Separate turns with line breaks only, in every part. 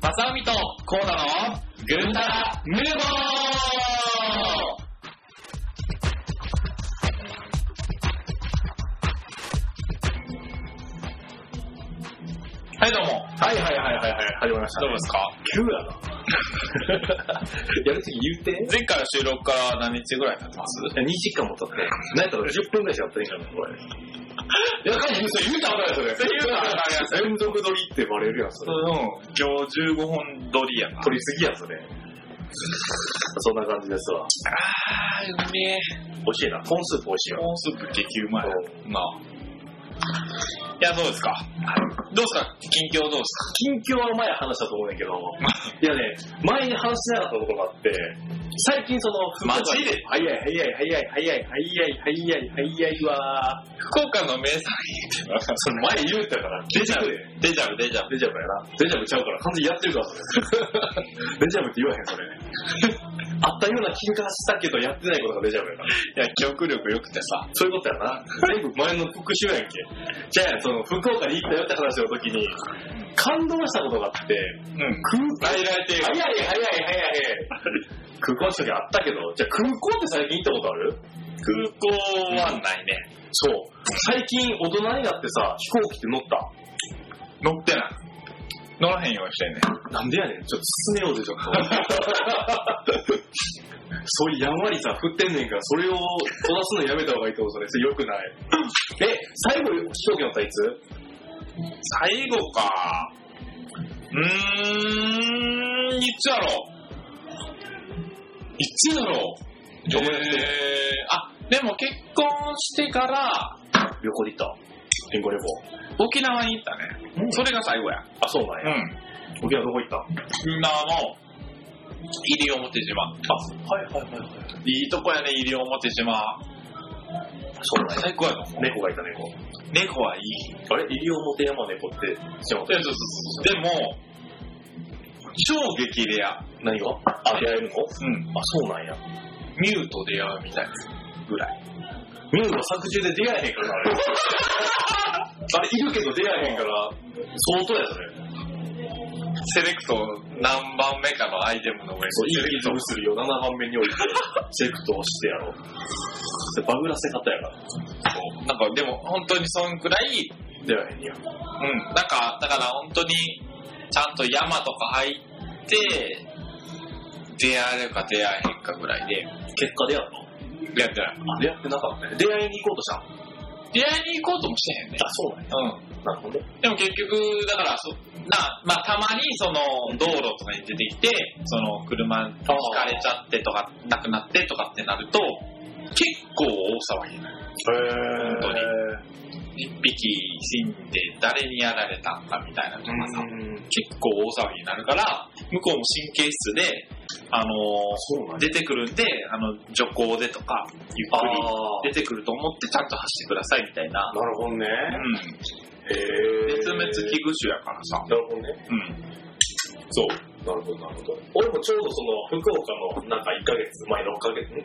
浅海とコーダのぐんたらヌーボーはい、どうも。
はいはいはいはいはい、始まりました。
どうですか
急だな。やるとき言うて。
前回の収録から何日ぐらい経ってます
2時間も経って、なんやったら10分ぐらいしかやってないじゃん、これ。いや、多分それ言うたことないそれ。
それ言うたことないやつ
連続撮りってバレるやん、それ。
今日15本撮りやな。
撮りすぎやん、それ。そんな感じですわ。
あー、うめえ。
美味しいな。コーンスープ美味しいよ。
コーンスープ激うまいなあ。いや、どうですかどうですか近況どうです
近況は前話したと思うんだけど、いやね、前に話しなかったことがあって、最近その、
マジで
早い早い早い早い早い早い早い早いわ
か福岡の名産品って
それ前言うたから、
デジャブ、デジャブ、デジャブ。
デジャブやな。デジャブちゃうから、完全にやってるから、それ。デ ジャブって言わへん、それ。 あったような気がしたけど、やってないことがデジャブやな。
いや、記憶力良くてさ。
そういうことやな。全部前の復習やんけ。じゃあ、その、福岡に行ったよって話の時に、感動したことがあって、
うん。
空
外
港、
来亭
早い早い早い早い。空港の時あったけど、じゃあ空港って最近行ったことある
空港はないね。
そう。最近大人になってさ、飛行機って乗った
乗ってない。乗らへんようにしてんね
なんでやねん、ちょっと進めようぜ、ちょっと。そういうやんわりさ、振ってんねんから、それをこなすのやめた方がいいと思う、それ。それよくない。え、最後、飛行機乗ったいつ
最後か。うーん、いつやろいつやろ
どこやって
えー、あ、でも結婚してから、
旅行で行った。天候旅行。
沖縄に行ったね。それが最後や。
あ、そうなん
う
や。
ん。
沖縄どこ行ったあ、
沖縄の西表島。
はいはいはいはい。
いいとこやね、西表島。
そうなんや。
最高やと思う。
猫がいた猫。
猫はいい。
あれ西表山猫って、ちょっと待
で
って
でも、超激レア。
何があ、出会えるのあ、
うん。
そうなんや。
ミューと出会うみたいなぐらい。
ミュウは作中で出会えへんからな、あれ。 あれ、いるけど出会えへんから、相当や、それ。
セレクト何番目かのアイテムの上に
そう、いいリズムするよ、7番目に置いて、セクトをしてやろう。それバグらせ方やから。
なんかでも本当にそんくらい、
出会えへんや。
うん。なんか、だから本当にちゃんと山とか入って、出会えるか出会えへんかぐらいで、
結果出会った
やってない。
のあ、出会ってなかったね。出会いに行こうとしたの
出会いに行こうともしてへんね。
あ、そうなんや。
うん。
なるほどね。
でも結局、だから、そなまあ、たまにその道路とかに出てきて、その車にひかれちゃってとか、なくなってとかってなると、結構大騒ぎになる。
へ
本当に一匹死んで誰にやられたんかみたいなとかさ、
うん。
結構大騒ぎになるから、向こうも神経質で、あの
そうなん
ー出
や。
てくるんで、あの、徐行でとか、ゆっ
あ
く
ー
り出てくると思ってちゃんと走ってくださいみたいな。
なるほどね。
うん。
へえ。
絶滅危惧種やからさ。
なるほどね。
うん。そう。
なるほど、なるほど。俺もちょうどその、福岡の、なんか1ヶ月、前6ヶ月、ん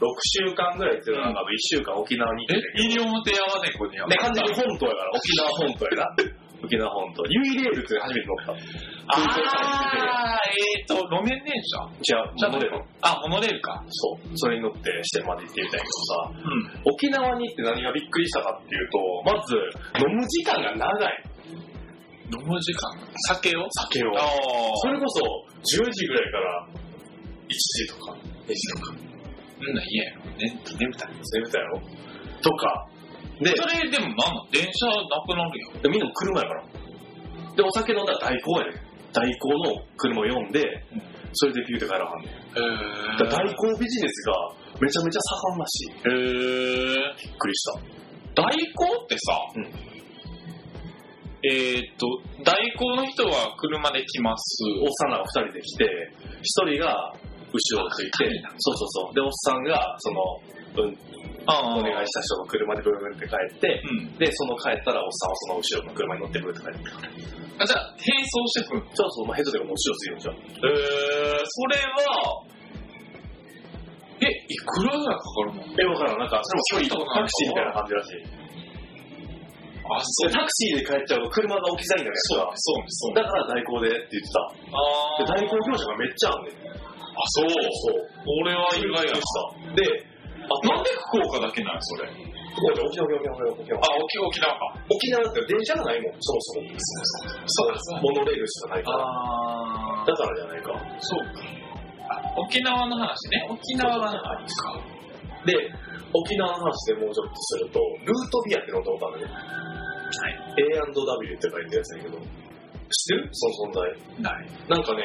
?6 週間ぐらいっていうのは、1週間沖縄に行
え
ってたけど、
西表山猫には
ね、完全に本島やから、沖縄本島やな。沖縄本島。ユイレールって初めて乗った。
あー、えーと、路面電車
じゃあ、
じゃあ
乗れる
あ、モノレールか。
そう。それに乗って、支店まで行ってみたいけど
う
さ、
ん。
沖縄に行って何がびっくりしたかっていうと、まず、飲む時間が長い。
飲む時間酒を
酒を
あー。
それこそ、10時ぐらいから、1時とか、2時とか、
うんなん嫌やろ。ね、眠たい。
そういうことやろとか。で、
それでもなんなん電車なくなるよ。
でみんなも車やから。で、お酒飲んだら代行やねん。代行の車を呼んで
うん、
それでピューって帰らはんねん。
へ
だから代行ビジネスがめちゃめちゃ盛んらし
へ
い。
ー。
びっくりした。
代行ってさ、
うん
えーっと、代行の人は車で来ます。
おっさんらが2人で来て、1人が後ろをついて、そうそうそう。で、おっさんが、その、うん、
あ
お願いした人の車でブーブーって帰って、
うん。
で、その帰ったらおっさんはその後ろの車に乗ってブーって帰って。
あ、じゃあ、並走してくる。
そうそう、まあ、ヘッドでも後ろついるんじゃん。
えー、それは、え、いくらぐらいかかるの
え、わからん。なんか、それも距離
そう
と
なんだ
タクシーみたいな感じらしい。
あ、そう。
タクシーで帰っちゃうと車が置き去りになる
そう
やつ
そうそう。
が。だから代行でって言ってた。
あ
で、代行業者がめっちゃあんねん。
あ、そう。
そう。
俺は意外やな。
で、あ、
なんで福岡だけなんそれ。あ、
ごめん沖縄、沖縄、沖縄。
沖沖縄か。
沖縄って電車がないもん、そもそも。そうそう。モノレールしかないから。
あ
だからじゃないか。
そうか。あ沖縄の話ね。沖縄の話か。
で、沖縄の話でもうちょっとすると、ルートビアってのを飲んだんだね。A&W って書いてるやつだけど、知ってるその存在。
ない。
なんかね、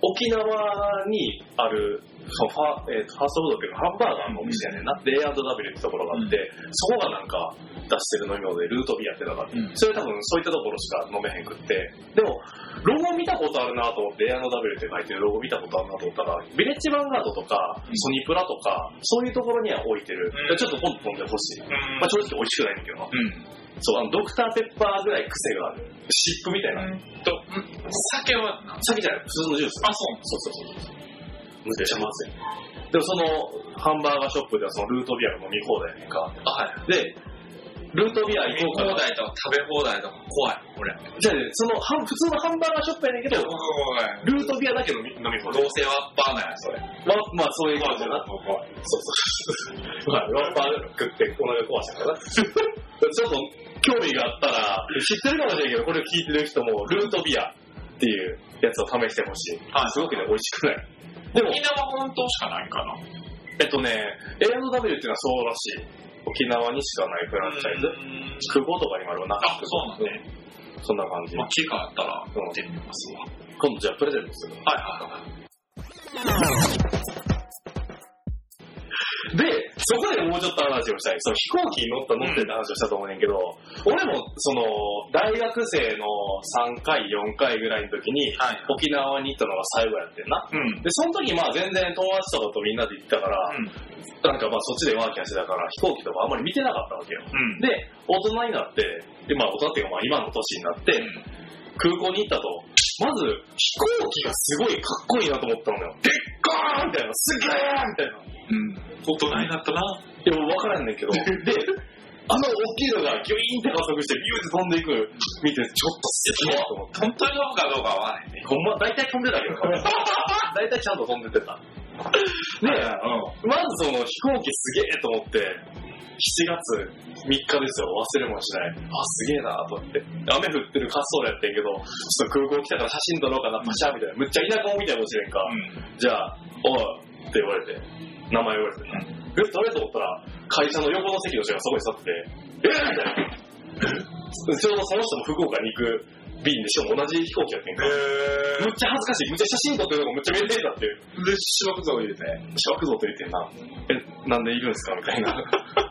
沖縄にある、そのファ,、えーとファーストフードっていうか、ハンバーガーのお店やねんな、で A&W ってところがあって、そこがなんか出してる飲み物で、ルートビアってのがあっ
う
て、
ん
それ多分そういったところしか飲めへんくって、でも、ロゴ見たことあるなと思って、A&W って書いてるロゴ見たことあるなと思ったら、ビレッジヴァンガードとか、
うん
ソニプラとか、そういうところには置いて
う
る。
ん
ちょっとポンと飲んでほしい。
うん
まあ、正直美味しくないんだけどな。
うん。
そう、あの、ドクターペッパーぐらい癖がある。シップみたいな。
と、酒はな、
先じゃない、普通のジュース。
あ、そう
そうそうそう。むっちゃまずい。でもその、ハンバーガーショップではそのルートビアが飲み放題やねんか。
あ、はい。
で、ルートビア
飲み
行こ
放
うかな。
題とか食べ放題とか怖い、俺。
じゃあね、その、はん普通のハンバーガーショップやねんけど、
怖い。
ルートビアだけ飲み飲み放
どう
題。
せワッパーなんや、それ。
まあ、まあ、そういう
怖
感
い
じだな。
怖い。
そうそう。まあ、ワンパー食ってお腹壊したからな。ちょっと興味があったら、知ってるかもしれないけど、これを聞いてる人も、ルートビアっていうやつを試してほしい。
はい
すごくね、美味しくない。でも、
沖縄本島しかないんかな。
えっとね、A&W っていうのはそうらしい。沖縄にしかないフランチャイズ。空港とかにもあるわな。
あ、そうなんね。
そんな感じ
ま。あ、機会あったら、
うん
見てみますわ。
今度じゃあプレゼントするわ
はいはいはい。
で、そこでもうちょっと話をしたい。その飛行機に乗った乗ってた話をしたと思うねんけど、俺もその、大学生の3回、4回ぐらいの時に、
はい。
沖縄に行ったのが最後やってんな。
うん。
で、その時まあ全然友達とかとみんなで行ったから、なんかまあそっちでワーキャーしてたから飛行機とかあんまり見てなかったわけよ。
うん。うん。
で、大人になって、でまあ大人っていうかまあ今の年になって、空港に行ったと、まず飛行機がすごいかっこいいなと思ったのよ。でっかーみたいな、すげーみたいな。
うん。大人になったな。
いや、もう分からんねんけ ど。で、あの大きいのがギュイーンって加速してビューって飛んでいく、見て、ちょっとすげえと思って。
本当に飲むかどうかはわからないね。
ほんま、大体飛んでたけど。 大体ちゃんと飛んでてた。で、まずその飛行機すげえと思って、7月3日ですよ、忘れもしない。あ、すげえなと思って。雨降ってる滑走路やってんけど、ちょっと空港来たから写真撮ろうかな、パシャみたいな。むっちゃ田舎を見たいかもしれんか。
うん。
じゃあ、おいって言われて、名前言われてな、え、誰と思ったら、会社の横の席の人がそこに座ってて、えーみたいな。ちょうどその人も福岡に行く便で、しかも同じ飛行機やってんから。
へ
むっちゃ恥ずかしい、むっちゃ写真撮ってるのがむっちゃ面倒だっていう。
ー。で、芝生像言うて。
しばくぞと言ってんな。え、なんでいるんですかみたいな。む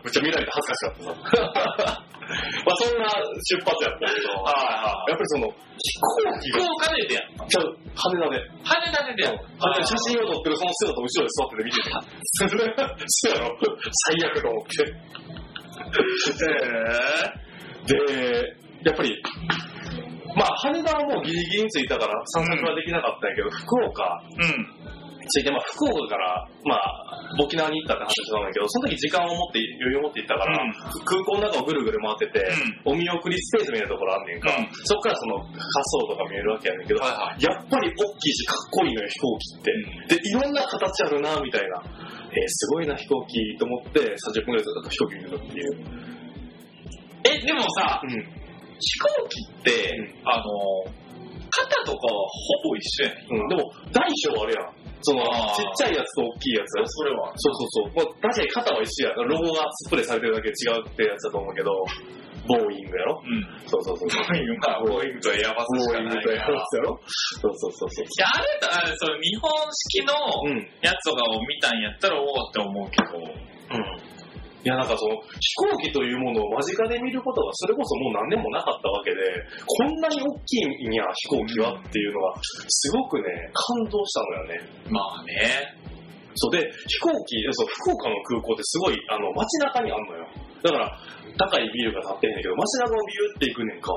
っちゃ見られて恥ずかしかった さ。まあそんな出発やったけど、
はいはい。
やっぱりその、飛行機
福
が、
岡で出やんの。
ちょ羽田で、
羽田で出やんの。
あの写真を撮ってるその姿を後ろで座ってて見てて。そうやろ最悪と思 って。で、やっぱり、まあ羽田はもうギリギリに着いたから散策はできなかったんやけど、福岡
えー。うん。
着いて、まあ福岡から、まあ沖縄に行ったって話してたんだけど、その時時間を持って、余裕を持って行ったから、
うん
空港の中をぐるぐる回ってて、お見送りスペースみたいなところあんねんか、
うん
そっからその滑走路とか見えるわけやねんけど、
はいは
やっぱり大きいしかっこいいのよ飛行機って、で、いろんな形あるな、みたいな。えーすごいな、飛行機と思って、30分ぐらいずっと飛行機に乗るってい
え、
う。
でもさ、
うん。
飛行機って、あの、肩とかはほぼ一緒やね
うん、でも、大小あるやん。その、
あー
ちっちゃいやつと大きいやつ。
それは。
そうそうそう。まあ、確かに肩は一緒や。ロゴがスプレーされてるだけで違うってやつだと思うけど、ボーイングやろ
うん。
そうそうそう。
ボーイングか。ボーイングとエアバスし
ボ
か
ーイン
な
グ
い
と
か
やつや
ら。
ろそうそうそうそう。
いや、あれだ、あれそれ日本式の
うん。うん。
やつとかを見たんやったら、おおって思うけど。
いや、なんかその、飛行機というものを間近で見ることが、それこそもう何年もなかったわけで、こんなに大きいんや、飛行機はっていうのが、すごくね、感動したのよね。
まあね。
そうで、飛行機、そう、福岡の空港ってすごい、あの、街中にあんのよ。だから、高いビルが建ってんねんけど、街中をビューって行くねんか、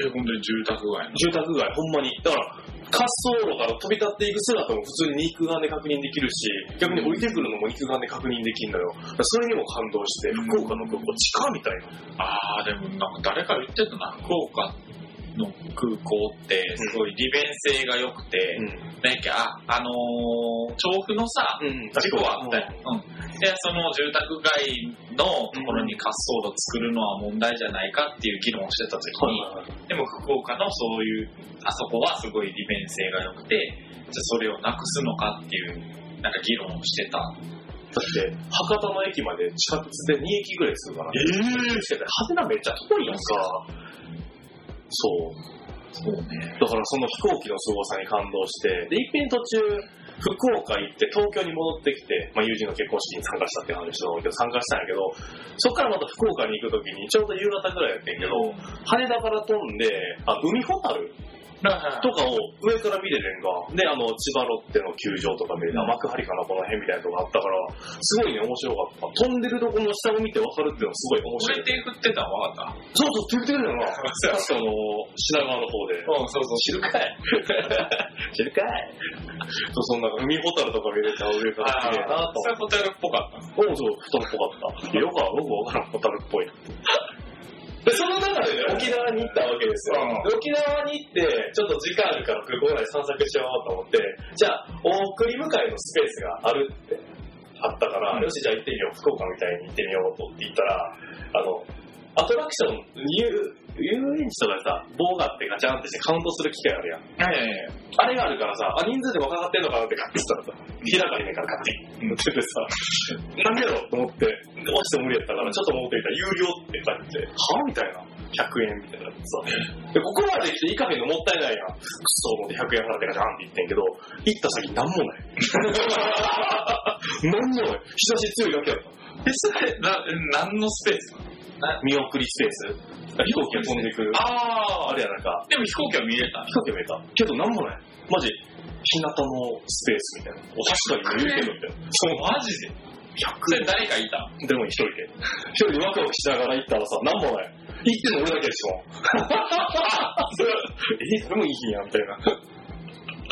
え、本当に住宅街の。
住宅街、ほんまに。だから、滑走路から飛び立っていく姿も普通に肉眼で確認できるし、逆に降りてくるのも肉眼で確認できるのよ。だからそれにも感動して、
うん
福岡の空港近っみたいな。
あー、でもなんか誰か言ってたな、福岡の空港って、すごい利便性が良くて、なんか、ああのー、調布のさ、
うん
事故あったよ。うん。で、その住宅街のところに滑走路作るのは問題じゃないかっていう議論をしてた時に、でも福岡のそういう、あそこはすごい利便性が良くて、じゃあそれをなくすのかっていう、なんか議論をしてた。
だって、博多の駅まで地下鉄で2駅ぐらいするから。
え
えしてて、ハテナめっちゃ遠いやんか。そう。
そうね。
だからその飛行機の凄さに感動して、で、いっぺん途中、福岡行って東京に戻ってきて、まあ友人の結婚式に参加したっていう話だと思うけど、参加したんやけど、そっからまた福岡に行くときにちょうど夕方ぐらいやってんけど、羽田から飛んで、あ、海ホタル
だ
とかを上から見れるんが、で、あの、千葉ロッテの球場とか見れる、あ幕張かな、この辺みたいなとこあったから、すごいね、面白かった。飛んでるとこの下を見てわかるっていうのはすごい面
こ
白
れ
い。
手振ってたの分かっ
そうそう、飛んでるよな。
た
確かあの、品 川の方で。
うん、そうそう。
知るか い知るかいそう、そんな海ホタルとか見れた上か
あ
ら綺麗な
あ、
と
それホテルっぽかった。
思って。おうそう、太っぽかった。よくは僕わからん、ホタルっぽい。で、その中でね、沖縄に行ったわけですよ。
うん
で沖縄に行って、ちょっと時間あるから空港内散策しようと思って、じゃあ、お送り迎えのスペースがあるってあったから、
うん
よし、じゃあ行ってみよう、福岡みたいに行ってみようと思って行ったら、あの、アトラクション、遊遊園地とかでさ、棒があってガチャンってしてカウントする機械あるやん。
はいはいはい。
あれがあるからさ、あ、人数で分かってんのかなってガッてしたらさ、開かれねえからガッて持っててさ、何やろうと思って、落ちて無理やったから、ちょっと戻ってみたら、有料って書いてて、はみたいな。100円みたいなさ。で、ここまで来て行かへんのもったいないやん。くそ思って100円払ってガチャンって言ってんけど、行った先なんもない。なんもない。 日差し強いだけやった。
で、それ、な、何のスペース
見送りスペース飛行機が飛んでくる。
あ
あ
あ、
れやなんか、
でも飛行機は見れた。
飛行機見えた。けどなんもない。マジ、日向のスペースみたいな。お確かに言うけどみたいな。そう、
マジで ?100 円誰かいた
でも一人で。一人でワクワクしながら行ったらさ、なんもない。行ってんの俺だけでしょ。 それえ、それもいい日や、みたいな。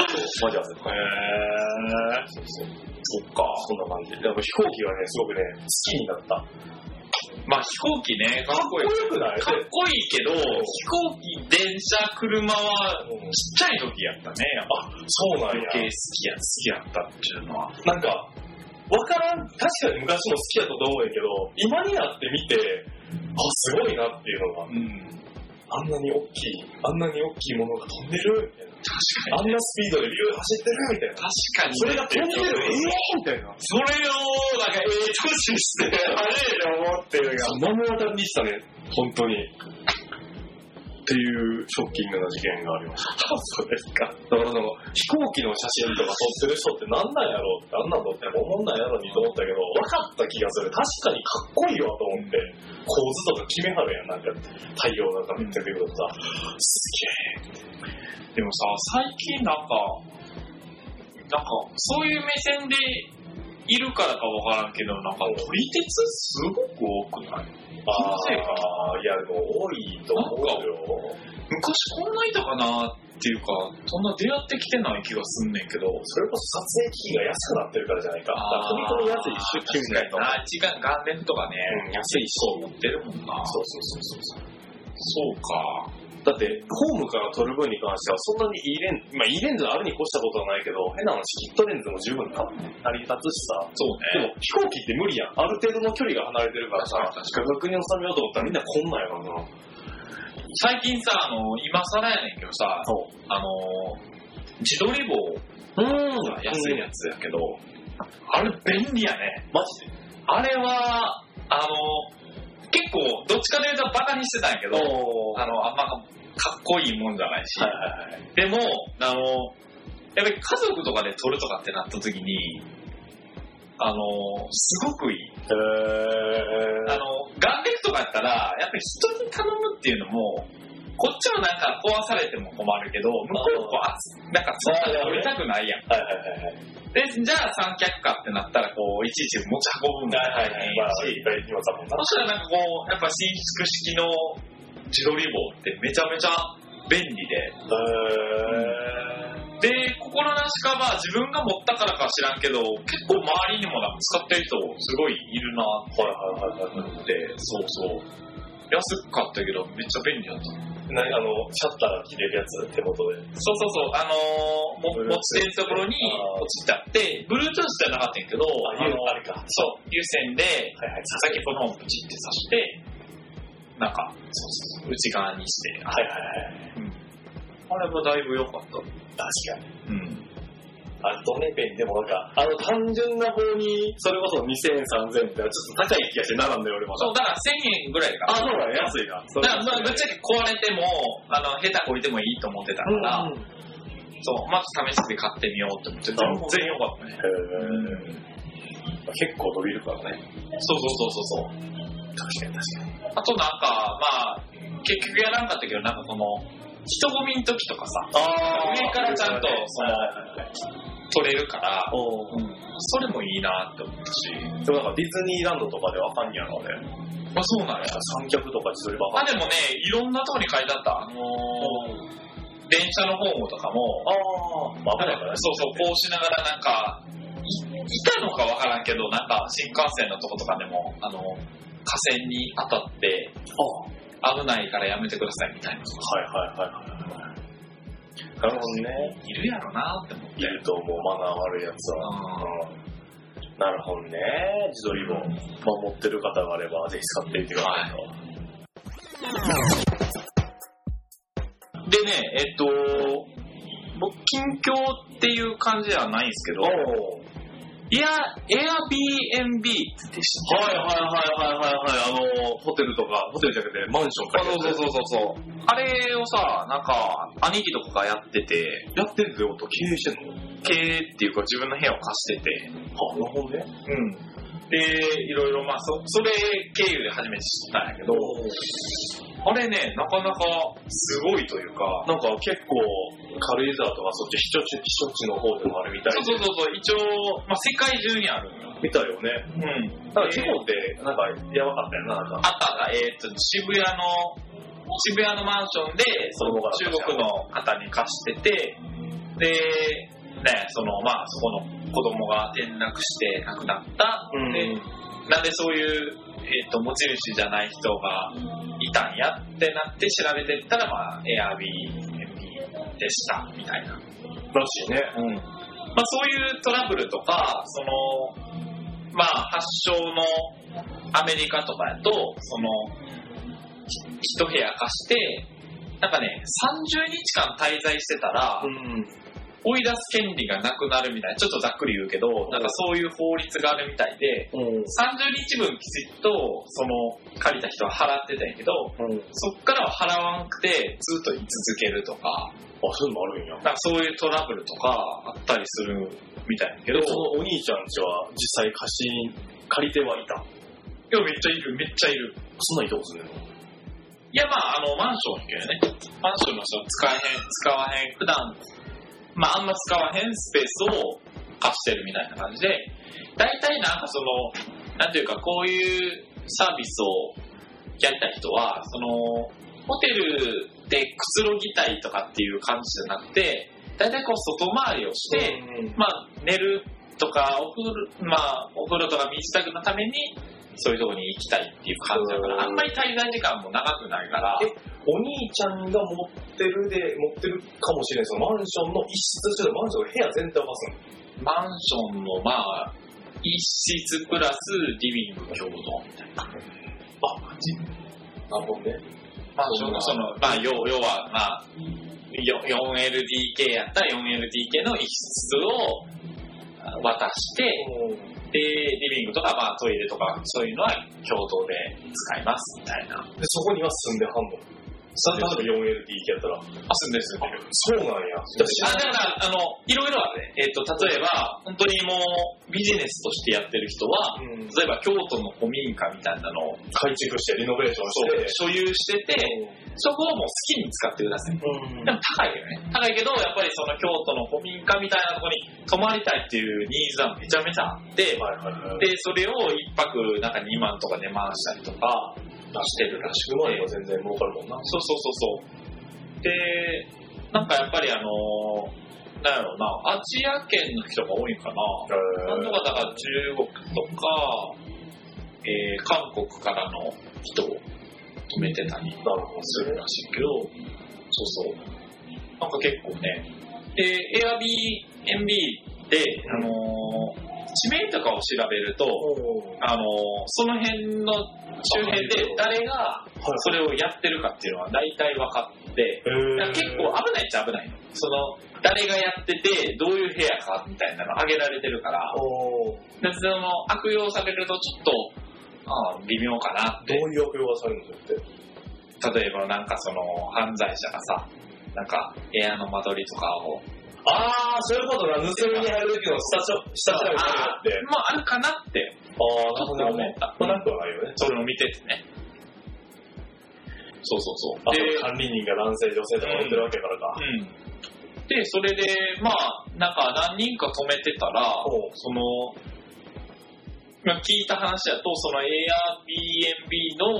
そうマジ焦った。へそうそう。そっか。そんな感じ。でも飛行機はね、すごくね、好きになった。
まあ飛行機ね、かっこいい。
よくない
かっこいいけど、飛行機、電車、車は
うん
ちっちゃい時やったね。やっぱ
そうなん
余
や。
計好きや、好きやったっていうのは。
なんか、わからん、確かに昔も好きやったと思うんやけど、今になってみて、あ、すごいなっていうのが、
うん。
あんなに大きい、あんなに大きいものが飛んでる、みたいな。
確
あ
かに。
んなスピードでビュー走ってる、みたいな。
確かに。
それが飛んでる、ええみたいな。
それを、なんか、ええ年して、あれや思ってるやん。
目の当たりにしたね、本当に。っていうショッキングな事件がありました。そうですか。だからその、飛行機の写真とか撮ってる人って何なんやろうって、何なんだって思んないやろにと思ったけど、分かった気がする。確かにかっこいいわと思って、構図とか決めはるやん、なんか、太陽なんか見てるけどさ、す
でもさ、最近なんか、なんか、そういう目線でいるからかわからんけど、なんか、撮り鉄すごく多くない
げえ。
のせいか
あー、いや、でも多いと思うよ。
昔こんないたかなっていうか、そんな出会ってきてない気がすんねんけど。
それこそ撮影機器が安くなってるからじゃないか。
あー
飛び込みやすい出勤みたいな。
あ、一眼、ガンレフとかね、
うん安いし。
持ってるもんな。
そうそうそうそう。
そうか。
だって、ホームから撮る分に関しては、そんなにいいレンズ、まあいいレンズあるに越したことはないけど、変な話、キットレンズも十分成り立つしさ。
そう
で
ね。
も、飛行機って無理やん。ある程度の距離が離れてるからさ、
確かに
画角に収めようと思ったらみんなこんなんやからな。
最近さ、あの、今更やねんけどさ、
そ
あの、自撮り棒、
う。うん
安いやつやけど、あれ便利やね。
マジで。
あれは、あの、結構、どっちかというとバカにしてたんやけど、
お
あの、あんまかっこいいもんじゃないし、
はいはいはい。
でも、あの、やっぱり家族とかで撮るとかってなった時に、あの、すごくいい。あ
へ
の、ガンレフとかやったら、やっぱり人に頼むっていうのも、こっちもなんか壊されても困るけど、向こうもこう熱、なんかそんなの撮りたくないやん。
ー。はいはいは
で、
いはい。
じゃあ三脚かってなったら、こう、いちいち持ち運ぶんだ
はいはいはい。まあ、
し
いっ、ぱい荷物あるもんな
そ。したらなんかこう、やっぱ伸縮式の自撮り棒ってめちゃめちゃ便利で、
へー
で、心なしかは自分が持ったからか知らんけど、結構周りにもなんか使ってる人すごいいるな
はいはいはいはい。
って、そうそう。安かったけど、めっちゃ便利だった。
なあの、シャッター切れるやつ手元で。
そうそうそう、あのー、も
Bluetooth
持ち手のところに
あー
落ちちゃって、Bluetooth じゃなかったんやけど、あの
あれか。は
そう、有線で、
いはい。
佐々木このプチって刺して、なんか、そうそう、内側にして、あ
はいはいはい。
あれもだいぶ良かった。
確か
う
に。
ん。
あれ、ドネペンでもなんか、あの、単純な方に、それこそ2000円、3000円って、ちょっと高い気がして並んだよ、俺ま
そう、だから1000円ぐらいかな
あ、そうだね、安いな。
だからまあぶっちゃけ壊れても、あの、下手こいてもいいと思ってたか
うん
ら、そう、まず試して買ってみようって思って、全然良かったね。
へー結構伸びるからね。
そうそうそうそうそう。
確かに確かに。
あとなんか、まあ、結局やらんかったけど、なんかその、人混みの時とかさ、
あ
上からちゃんとその
そ
取れるから、
の、
うんそれもいいなって思ったし。
でもなんかディズニーランドとかでわかんやろね。
あ、そうなんや。
三脚とか自撮りば
あ、
か
でもね、いろんなとこに書いてあった。あのー、電車のホームとかも、
ああ、まあ、危ないからね。
そうそう、こうしながらなんか、いいたのかわからんけど、なんか新幹線のとことかでも、あの、架線に当たって
あ
危ないからやめてくださいみたいな。
はいはいはいはい。なるほどね。
いるやろなって思って。
いると思う、マナー悪いやつは。うんなるほどね。自撮り棒。まあ、持ってる方があれば、ぜひ使ってみてくださいと。
でね、えっと、僕、近況っていう感じではないんですけど、
おー
いや、Airbnb って知ってる
はいはいはいはいはいはい、あの、ホテルとか、ホテルじゃなくて、マンション
あ
借り
そう
て
そうそうそうそう。あれをさ、なんか、兄貴とかがやってて、
やってるってこと経営してんの
経営っていうか自分の部屋を貸してて、
あ、なるほどね。
うん。で、いろいろまあ、そ、それ経由で初めて知ったんやけど、あれね、なかなかすごいというか、
なんか結構、軽井沢とかそっち、避暑地、避暑地の方でもあるみたい
そうそうそうそう、一応、まあ、世界中にあるんよ。
みたいよね。
うん。
なんか地方って、なんか、やばかったよな、なんか。
あったが、えーっと、渋谷の、渋谷のマンションで、その中国の方に貸してて、で、ね、その、まあ、そこの子供が転落して亡くなった。
うん
で、なんでそういう、えーっと、持ち主じゃない人がいたんやってなって調べてったら、まあ、Airbnb でした、みたいな。
らしいね。
うんまあ、そういうトラブルとか、そのまあ、発祥のアメリカとかやと、そのひ一部屋貸して、なんかね、30日間滞在してたら、
ん。
追い出す権利がなくなるみたいな、ちょっとざっくり言うけど、なんかそういう法律があるみたいで、
うん。
30日分きちっと、その、借りた人は払ってたんやけど、
うん。
そっからは払わんくて、ずっと居続けるとか、
あ、そういうのもあるんや。
なんかそういうトラブルとかあったりするみたいだけ
け
ど、
ど、
い
そのお兄ちゃんちは実際貸し、借りてはいた。
や、めっちゃいる、めっちゃいる。
そんなんいいとこすんねんの
いや、まあ、あの、マンションやけどね。マンションの人は使えへん、使わへん、普段、まあ、あんま使わへんスペースを貸してるみたいな感じで、大体なんかその、なんていうか、こういうサービスをやりたい人は、その、ホテルでくつろぎたいとかっていう感じじゃなくて、大体こう外回りをして、
うん
まあ、寝るとかお風呂、まあ、お風呂とか身支度のために、そういうとこに行きたいっていう感じだか
うん
ら、あんまり滞在時間も長くないから、
えお兄ちゃんが持ってるで、持ってるかもしれないですけど、マンションの一室としてマンションの部屋全体を貸す
マンションの、まあ、一室プラスリビング共同みたいな。
の。あ、じなるほどね。
マンションのその、まあ、要要は、まあ、よ 4LDK やったら 4LDK の一室を渡して、で、リビングとか、まあ、トイレとか、そういうのは共同で使います、みたいな。
で、そこには住んではんの。さ例えば 4LDK やったら。
あ、住んでる住んでる
そうなんや。
あだから、あの、いろいろあるね。えっ、と、例えば、本当にもう、ビジネスとしてやってる人は、
うん
例えば、京都の古民家みたいなのを、
改築してリノベーションして。
所有してて、そこをもう好きに使ってください。
うん
でも高いよね。高いけど、やっぱりその京都の古民家みたいなとこに泊まりたいっていうニーズはめちゃめちゃあって、
はいはいはい。
で、それを一泊なんか2万とかで回したりとかしてるらしく
うまい
て
よ、全然儲かるもんな。
そうそうそうそう。で、なんかやっぱりあのーなんやろうな、アジア圏の人が多いんかな。なんとかだから中国とか、えー韓国からの人を止めてたりするらしいけど、そうそう。なんか結構ね、で、Airbnb で、あのー地名とかを調べると、あのーその辺の周辺で誰がそれをやってるかっていうのは大体分かって、だから結構危ないっちゃ危ないの。その、誰がやってて、どういう部屋かみたいなの挙げられてるから、
おー
でその悪用されるとちょっと、ああ微妙かなって
ど。ういう悪用がされるんだって。
例えばなんかその犯罪者がさ、なんか部屋の間取りとかを、
あー、そういうことな。盗みに入る時の下調下調べがあって。
まああるかなって、
あー、
ち
な
ょっと
るほど
思
ね。
った。
まあなくはないよね。
それを見ててね。そうそうそ
あ
う。で、
と管理人が男性、女性とか乗ってるわけやからか。
うん。で、それで、まあ、なんか何人か止めてたら、
おう
その、まあ、聞いた話だと、その Airbnb の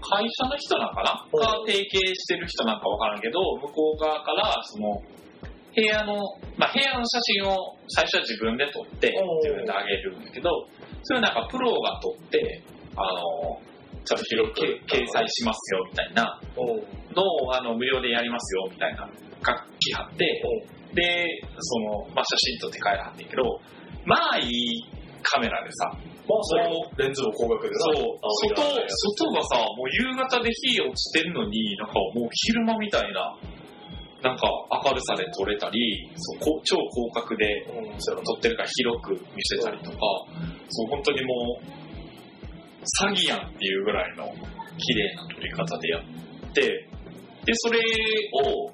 会社の人なんかな、
うん
が提携してる人なんかわからんけど、向こう側から、その、部屋の、まあ、部屋の写真を最初は自分で撮って
うん、
自分であげるんだけど、それをなんかプロが撮って、あの、ちょっと広くけ掲載しますよみたいな
おう
のをあの無料でやりますよみたいな楽器貼って、で、その、まあ、写真撮って帰らはんねんけど、まあいいカメラでさ、
まあ、それもレンズも高額で
そう、外、
青いライン
外がさ、もう夕方で火落ちてるのに、なんかもう昼間みたいな、なんか明るさで撮れたり、そうこう超広角で
がうんそうやろ
撮ってるから広く見せたりとか、そう、本当にもう、詐欺やんっていうぐらいの綺麗な撮り方でやって、で、それを、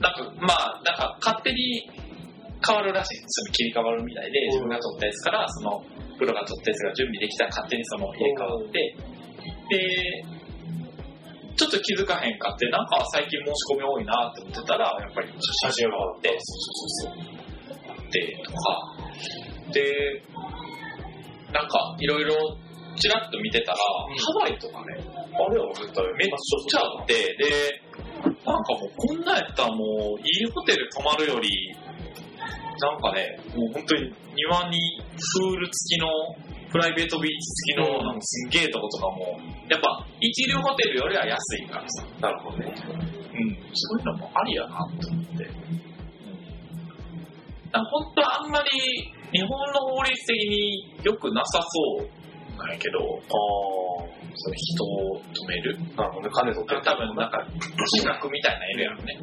なんか、まあ、なんか勝手に変わるらしいんですよ。切り替わるみたいで、
うん
自分が撮ったやつから、その、プロが撮ったやつが準備できたら勝手にその入れ替わって、で、ちょっと気づかへんかって、なんか最近申し込み多いなって思ってたら、やっぱり写真があって、そうそうそうそう。あって、とか、で、なんかいろいろちらっと見てたら、ハワイとかね、
あれやろ、絶対。
めっちゃあって、で、なんかもうこんなんやったらもう、いいホテル泊まるより、なんかね、もう本当に庭にプール付きの、プライベートビーチ付き
う
の、
ん
なんかすっげえとことかも、やっぱ一流ホテルよりは安いからさ。
なるほどね。
うん、そういうのもありやなと思って。なんか本当あんまり日本の法律的に良くなさそうなんやけど、その人を止める。
なるほどね、金取ってる。
多分なんか、資格みたいなのいるやろね。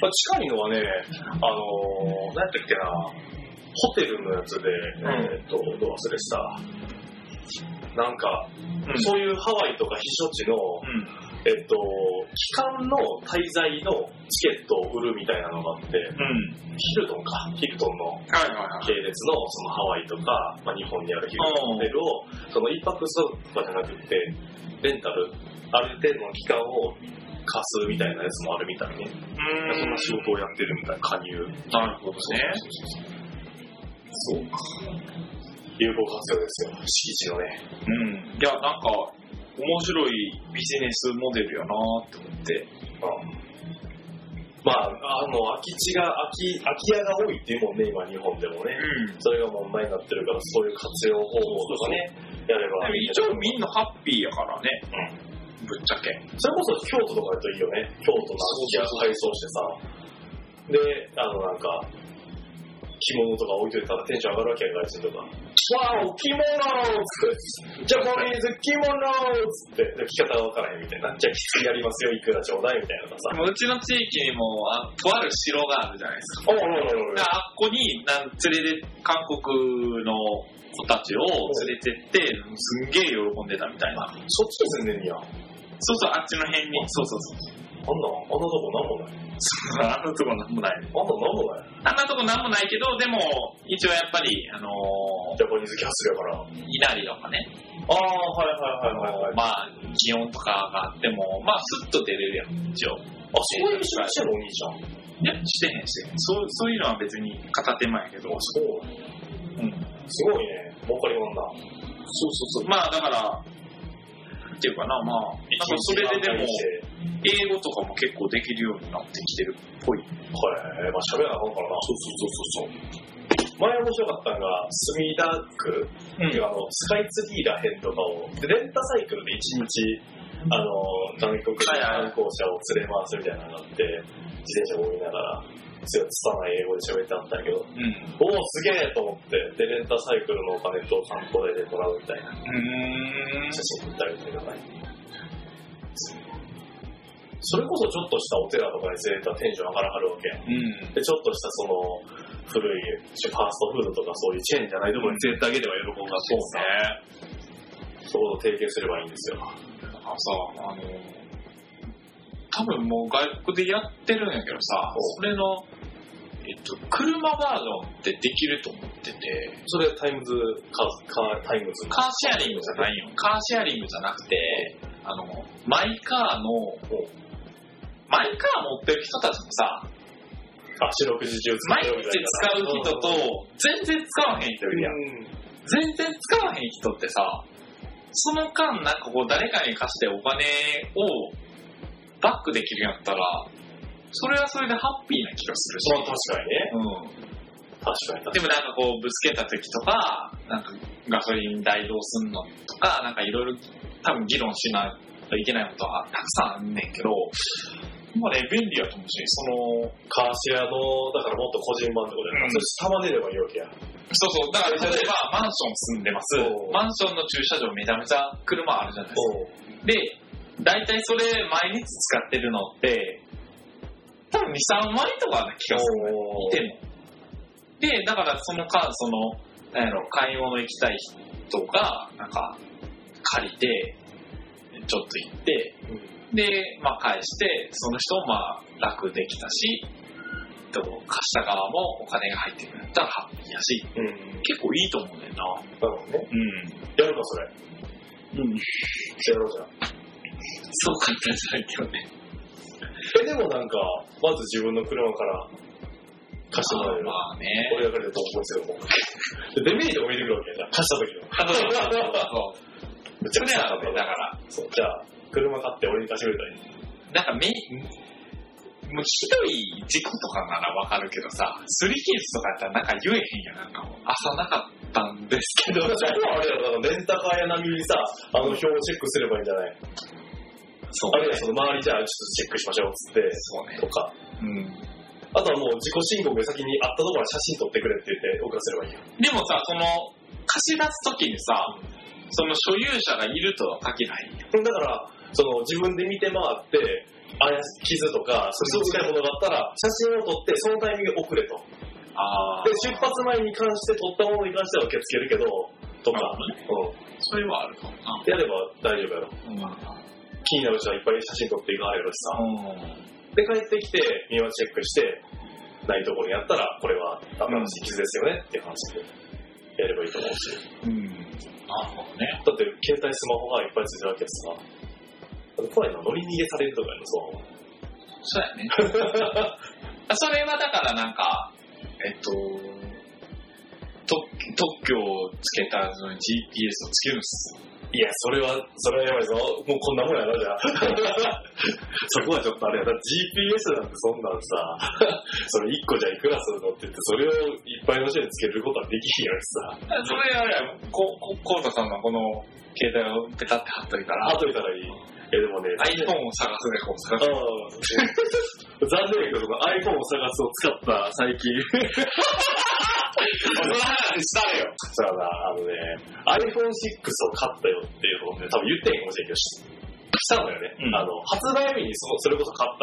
まあ近いのはね、あのー、何やったっけな、ホテルのやつで、えっと、どう忘れした。なんか、
うん
そういうハワイとか避暑地の、
うん。
えっと、期間の滞在のチケットを売るみたいなのがあって、
うん。
ヒルトンか、ヒルトンの
はいはいは
系列のそのハワイとか、まあ、日本にあるヒルトンホテルを、その一泊するとかじゃなくて、レンタル、ある程度の期間を貸すみたいなやつもあるみたいね。
い。
そんな仕事をやってるみたいな、加入。
なるほどね。
そうか。有効活用ですよ、敷地のね。
うん。いや、なんか、面白いビジネスモデルやなって思って。
まあ、あの、空き地が、空き、空き家が多いっていうもんね、今日本でもね。
うん。
それが問題になってるから、そういう活用方法とかね、やれば。
一応みんなハッピーやからね。ぶっちゃけ。
それこそ京都とかだといいよね。京都の空き家改装してさ。で、あの、なんか、着物とか置いといたらテンション上がるわけや外人とか。わお、着物つって、ジャパニーズ着物つって、で着方がわからへんみたいな。じゃあ着付けやりますよ、いくらちょうだいみたいなのが
で
さ。
もうちの地域にも、あとある城があるじゃないですか。
おおお
であっこになん連れて、韓国の子たちを連れてって、すんげえ喜んでたみたいな。
そっちに住んでんねや。あんな、
そうそう、あっちの辺に。そうそうそう。
あんなとこなんもない。
あんなとこなんもない。
あんななんもない。
あんなとこなんもないけど、でも、一応やっぱり、あの
ジャパニーズキャッスルやから。
ー、稲荷とかね、
ああ、はいはいはいはいはい。
まあ、気温とかがあっても、まあ、スッと出れるやん、一応。
あ、そういう人にしてるお兄ちゃん。
いや、してへんしてへん。そう、そういうのは別に片手間やけど。
そうなんや。
うん。
すごいね。儲かりもんな。
そうそうそう。まあ、だから、っていうかな、まあ、なんかそれででも、
一日
英語とかも結構できるようになってきてるっぽい。
これ、まあ、喋らなあかんからな。そうそうそうそう。前面白かったのが、墨田区、
うん
あのスカイツリーらへんとかを、でレンタサイクルで一日、あの、外国人観光者を連れ回すみたいなのがあって、自転車を追いながら、すごい拙い英語で喋ってあったんだけど、
うん。う
おお、すげえと思って、で、レンタサイクルのお金と観光代でもらうみたいな、
ーん。
写真撮ったりとかない。それこそちょっとしたお寺とかに連れたらテンション上がらはるわけやん
うん。
で、ちょっとしたその、古い、ファーストフードとかそういうチェーンじゃないところに連れてあげれば喜ぶらしいですね。そうこと提携すればいいんですよ。
だからさ、あの、多分もう外国でやってるんやけどさ、
お
それの、えっと、車バージョンってできると思ってて、
それはタイムズ、カー、カータイムズ。
カーシェアリングじゃないよ。カーシェアリングじゃなくて、あの、マイカーの、マイカー持ってる人たちもさ、
あ、四六時中
毎日使う人と、全然使わへん人いるやん。全然使わへん人ってさ、その間、なんかこう、誰かに貸してお金をバックできるんやったら、それはそれでハッピーな気がするし。
まあ確かにね。
うん。
確かに確か
でもなんかこう、ぶつけた時とか、なんかガソリン代どうすんのとか、なんかいろいろ多分議論しないといけないことはたくさんあんねんけど、まあね、便利やと思うし、その、
に。カーシェアの、だからもっと個人版ってことや
う
な。
ん
それ下までればいいわけや。
そうそう、だから例えばマンション住んでます
おう。
マンションの駐車場めちゃめちゃ車あるじゃないですか。で、
お
大体それ毎日使ってるのって、多分2、3枚とかな気がする。
お
いても。で、だからその間、その、なんやろ、買い物行きたい人が、なんか、借りて、ちょっと行って、で、まあ返して、その人もまあ楽できたし、と貸した側もお金が入ってくるんだったらハッピーやし、
うん。
結構いいと思うねんな。
なるほどね。
うん。
やるか、それ。
うん。
やろうじゃん。
そう簡単じゃないけどね。
え、でもなんか、まず自分の車から貸してもらえる
ま。あね。
俺が借りたと思うんですよ、もう。でデメリットも見てくるわけやじゃん。貸し
あ、
た時の。
そうそうそうそう。それなの
め高かった
ね、だから、
そう、じゃあ、車買って俺に貸してくれ たらいい。
なんかめ、もうひどい事故とかならわかるけどさ、すり傷とかやったらなんか言えへんやん、なんかもう。朝なかったんですけ
で
ど、
も、そこはあれやろ、なんかレンタカーや並みにさ、あの表をチェックすればいいんじゃない
そ
あるいうは
ね。
その周りじゃあ、ちょっとチェックしましょう、つって。
そうね。
とか。
うん。
あとはもう自己申告で先にあったところから写真撮ってくれって言って送らせればいいよ。
でもさ、その、貸し出すときにさ、その所有者がいるとは限らへんやん。
だから、その自分で見て回って、怪しい傷とか、そういう近いものがあったら、写真を撮って、そのタイミングで送れと。
あ
で、出発前に関して、撮ったものに関しては受け付けるけど、とか、う
それはあるかもな。
ん。やれば大丈夫やろ。
うん。
気になる人はいっぱい写真撮っていかはるやろしさ。で、帰ってきて、見はチェックして、ないところにやったら、これは新しい傷ですよねっていう話で、やればいいと思うし。
うん。なるほどね。
だって、携帯、スマホがいっぱいついてるわけですから。だって怖いのは乗り逃げされるとかやろ、そう。
そうやね。 それはだからなんか、えっと、特特許をつけたのに GPS をつけるんです。
いや、それは、それはやばいぞ。もうこんなもんやな、じゃあ。 そこはちょっとあれやな。GPS なんてそんなんさ、それ1個じゃいくらするのって言って、それをいっぱいの人につけることはできひんやろしさ。
それあれや、こ、こ、コウタさんのこの携帯をペタって貼っといたら、
あといたらいい。え、でもね、
iPhone を探すね、こう探
ああ残念やけど、その iPhone を探すを使った最近。
す。その話したよ。
さあな、あのね、iPhone6 を買ったよっていうのをね、多分言ってへんかもしれんけど、ししたのよね。
うん
あの、発売日にそのそれこそ買っ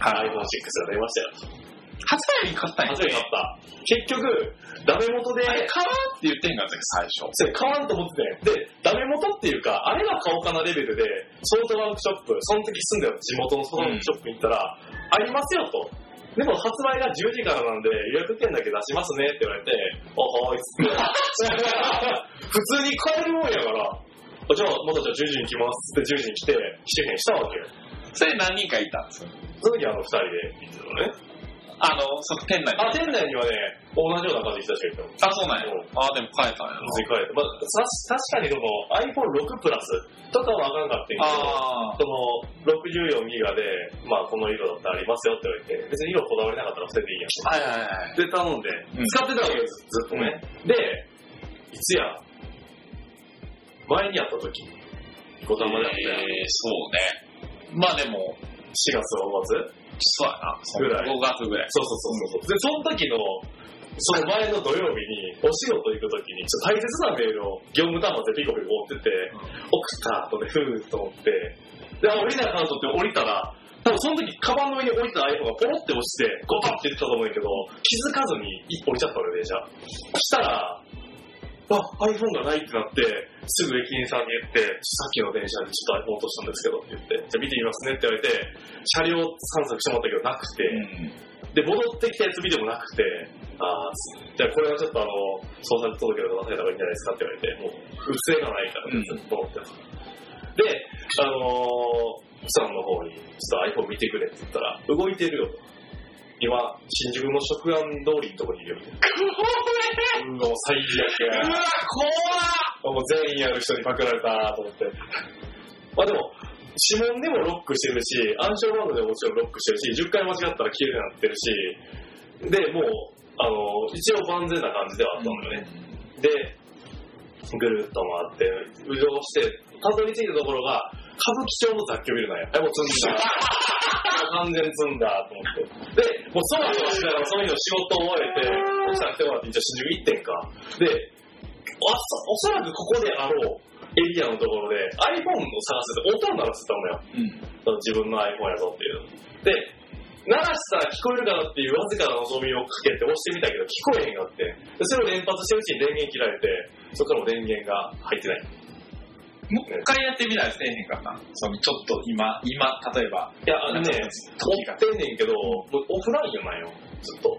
たんよ。iPhone6 が出ましたよ。
初代に買ったんや
初めて買った。結局、ダメ元で、
あれ、買わんって言ってんかったっけ、最初。
それ買わんと思ってたんよで、ダメ元っていうか、あれは買おうかなレベルで、ソフトバンクショップ、その時住んでる地元のソフトバンクショップに行ったら、ありますよと。でも発売が10時からなんで予約券だけ出しますねって言われて、おはーいっつって。普通に買えるもんやから、あじゃあまたじゃあ10時に来ますって10時に来て、試験したわけよ。
それ何人かいたんですよ。
その時あの2人で行ってたのね。
ああの、そ店内
あ、店内にはね、同じような感じで来た人がいた
あ、そうなんや。あ、でも変えたんやな。
別に帰るまあ、さ確かにその iPhone6 プラスとかはあかんかってんけど、
ああ、
その64ギガで、まあこの色だったらありますよって言われて、別に色こだわりなかったら捨てていいやん。
はいはいはい。
で、頼んで、
うん
使ってたわけです、ずっとね。
で、いつや、前に会った時、五反まであったやん
えーそうね。まあでも、
4月の末
そうやな。
ぐらい
5月ぐらい。
そうそうそうそう。で、その時の、その前の土曜日に、お仕事行く時に、ちょっと大切なメールを業務端末でピコピコ追ってて、
うん
送った後で、ふーっと思って、で、あ降りなあかんとって降りたら、多分その時、カバンの上に降りた iPhone がポロって落ちて、ゴタって出てたと思うんやけど、気づかずに降りちゃったのよ、電車。したら、あ、iPhone がないってなって、すぐ駅員さんに言って、さっきの電車でちょっと iPhone 落としたんですけどって言って、じゃあ見てみますねって言われて、車両散策してもらったけどなくて、で、戻ってきたやつ見てもなくて、あーじゃあこれはちょっとあの、捜査届けとか出せた方がいいんじゃないですかって言われて、もう、不正がないから、ずっと思ってた。で、あのー、奥さんの方に、ちょっと iPhone 見てくれって言ったら、動いてるよと。今、新宿の食玩通りのとこにいるよみたいな。もう最 悪や。
わ、
もう全員ある人にパクられたと思って。まあでも、指紋でもロックしてるし、暗証番号でももちろんロックしてるし、10回間違ったら消えるようになってるし、で、もう、あの、一応万全な感じではあったんだよね。で、ぐるっと回って、移動して、たどり着いたところが、歌舞伎町の雑居ビルなんや。え、もう積んだ。 完全に積んだと思って。で、もうそわそわしながらその日の仕事を終えて、奥さん来てもらって、一応新宿行ってんか。で、おそおそらくここであろうエリアのところで iPhone を探してて音を鳴らしてたのよ。
うん。
その自分の iPhone やぞっていう。で、鳴らしたら聞こえるかなっていうわずかな望みをかけて押してみたけど聞こえへんがって。でそれを連発してるうちに電源切られて、そこからも電源が入ってない。
もう一回やってみないとせえへんからな。そのちょっと今、今、例えば。
いや、あのね、撮
時が
ってんねんけど、もうオフラインじゃないよ、ずっと。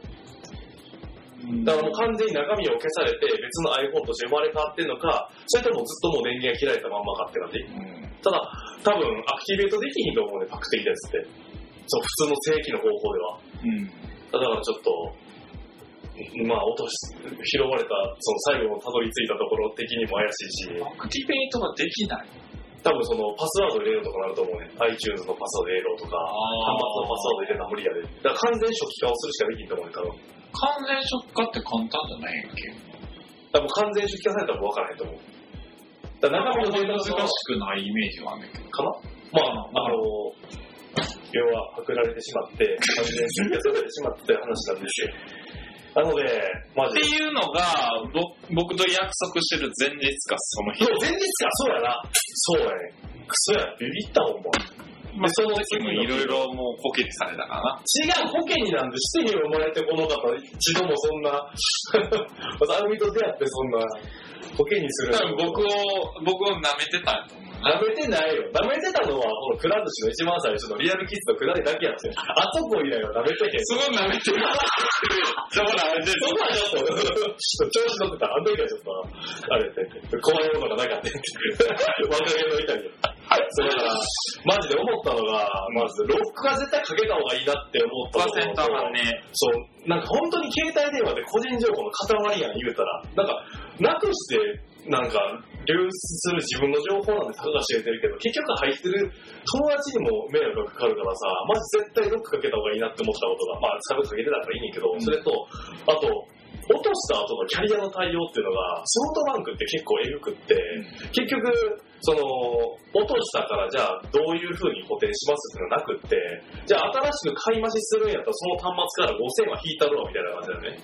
だからもう完全に中身を消されて別の iPhone として生まれ変わってんのか、それともずっともう電源が切られたまんまかって感じ。
うん
ただ、多分、アクティベートできひんと思うね、パクってきたやつって。そう、普通の正規の方法では。
うん。
だからちょっと、まあ、落とし、拾われた、その最後のたどり着いたところ的にも怪しいし、
アクティベートができない。
多分そのパスワード入れようとかなると思うね。iTunes のパスワード入れろとか、端末のパスワード入れるのは無理やで。だから完全初期化をするしかできんと思うね、多分。
完全食化って簡単じゃないんやっけ
多分完全初期化されたらもう分からへんと思う。だから中身の
難し
データの
くないイメージがあるんだけど。
かなまあ、あの、要は、パクられてしまって、完全に追加されてしまったという話なんですよ。なので、マ
っ
ジ
て
で。
いうのが、ぼ僕と約束してる前日か、その日
そう。前日か、そうやな。そうやね。クソや、ビビったもん、も
まあ、その
時
時
も
も
い
い
ろ
ろ
い
いろもうコケにされたからな。
違う、保険になんてしてに生まれてこの方、一度もそんな、 アルミと出会ってそんな、保険にする
多分僕を、僕を舐めてたんやと思うな。
舐めてないよ。舐めてたのは、このくら寿司の一番最初のリアルキッズのくだりだけやって。あそこ以来は舐めてへん。
すごい舐めてる。そこ舐めてる。
そんなんちょっと、調子乗ってた。あの時はちょっと、あれって、怖いものがなかったって。 若気の痛み。それから、マジで思ったのが、まず、ロックは絶対かけた方がいいなって思った
パ
のと
セントはね、
そう、なんか本当に携帯電話で個人情報の塊やん言うたら、なんか、なくして、なんか、流出する自分の情報なんてたかが知れてるけど、結局入ってる友達にも迷惑がかかるからさ、まず絶対ロックかけた方がいいなって思ったことが、まあ、サブかけてたからいいねんけど、それと、あと、落とした後のキャリアの対応っていうのが、ソフトバンクって結構えぐくって、結局、その、落としたからじゃあどういう風に固定しますっていうのはなくって、じゃあ新しく買い増しするんやったらその端末から5000は引いたろうみたいな感じだよね。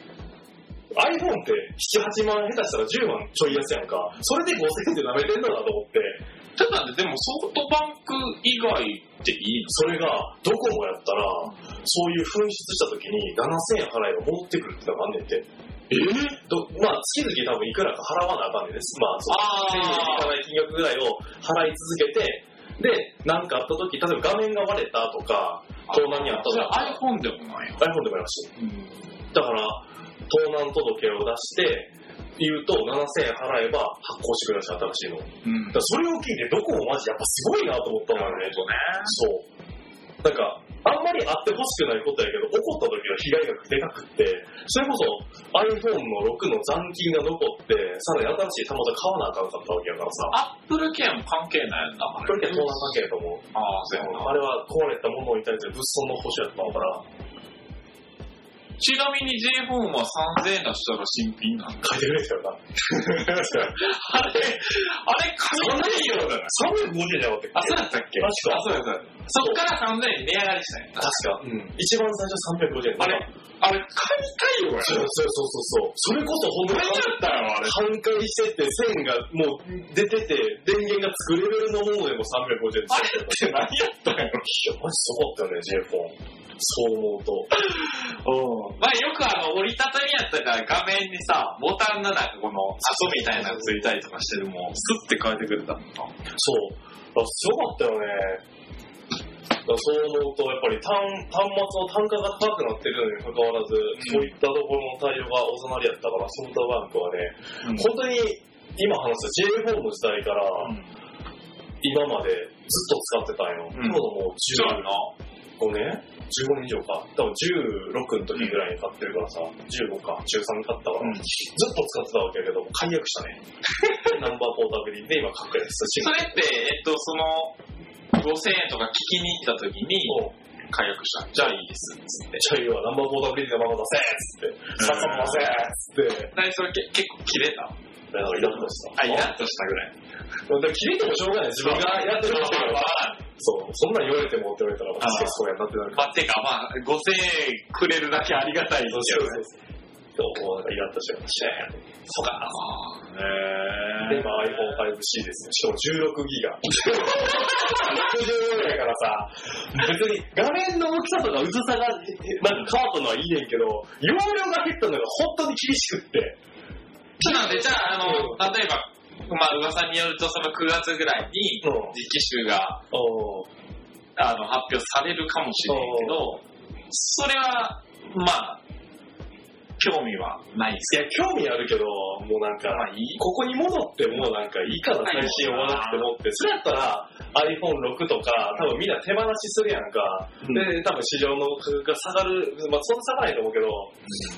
iPhone って7、8万下手したら10万ちょい安やんか。それで5000って舐めてんだなと思って、
ちょっと待って、でもソフトバンク以外っていいの
それがドコモやったら、そういう紛失した時に7000円払えば戻ってくるってのがあんねんって。えどまあ月々多分いくらか払わなあかんねんです。まあ、その1000円いかない金額ぐらいを払い続けて、で、何かあった時、例えば画面が割れたとか、盗難にあったと
それ
か、
iPhone でもないよ。
iPhone でもやるし、だから、盗難届を出して、言うと7000円払えば発行してください、新しいの。だか
うん。
らそれを聞いて、どこもマジやっぱすごいなと思ったのよね。そう。なんか、あんまりあってほしくないことやけど、起こった時の被害額でかくって、それこそ iPhone の6の残金が残って、さらに新しい端末買わなあかんかったわけやから
ア
さ、
ップル系も関係ないんだ
これ結構な関係やと思う。
ああ、そうやな。
あれは壊れたものに対する物損の保守やったから、
ちなみに J フォンは3000円出したら新品なんだ。
書いてくれてたよな。
あれ、あれ、紙ないよだな。
350円じゃなかったっけ
あ、そうやったっけ
確
あ、
か
そうやった。そっから3000円値上がりしたんや。
確か。
うん。
一番最初350円。
あれ、あれ、買いたいよ、
そうそうそうそう。それこそほんと
俺。
に
何やったよ、あれ。
半壊してて、線がもう出てて、電源がつくレベルのものでも350円
あ
れっ
何
て
やったんや
いや、マジすごかったよね、j フォン。そう思うと。
ろ。まあよくあの、折りたたみやったから画面にさ、ボタンのなんかこの、サみたいなのついたりとかしてるもん、スッて変えてくれたもんな。
そう。あすごかったよね。だからそう思うと、やっぱり単端末の単価が高くなってるのにもかかわらず、そういったところの対応がおざなりやったから、ソフトバンクはね、
うん
本当に今話した j フォンの時代から、今までずっと使ってたんよ。
ん
今日もう
そうや
10
な。
5年 ?15 年以上か。多分16の時ぐらいに買ってるからさ、15か、13に買ったから、
うん
ずっと使ってたわけやけど、解約したね。 ナンバーポータビリティで今確約したし、
それって、えっと、その、5000円とか聞きに行った時に、
もう、
解約した。じゃあいいです。つって。
チャイはナンバーポータビリティのまま出せっつって、さっさと出せっつって、
何それけ結構切れた
だからイラッとした。
あ、イラッとしたぐらい。
でも切れてもしょうがない。自分がやってることだから、そう、そんなん言われてもって言われたら、確かにそうやなってなるから。
まあ、てか、まあ、5000円くれるだけありがたいです
そう
よ
そ
ね。
うそう。でも、なんかイラッとしちゃいましたね。
そうか。
で、
へ
今 iPhone5C ですね。しかも16ギガ。64やからさ、別に画面の大きさとか薄さが、なんか変わったのはいいねんけど、容量が減ったのが本当に厳しくって。
ちょっと待って、じゃあ、あの、例えば、まあ、噂によると、その9月ぐらいに、
うん。
実機種が、
お
あの、発表されるかもしれんけど、それは、まあ、興味はないです
いや、興味あるけど、もうなんか、
まあ、いい
ここに戻ってもうなんかいいかな、最新終わらなくてもって。それやったら iPhone6 とか、多分みんな手放しするやんか。
うん
で、多分市場の価格が下がる、まあそんな下がらないと思うけど、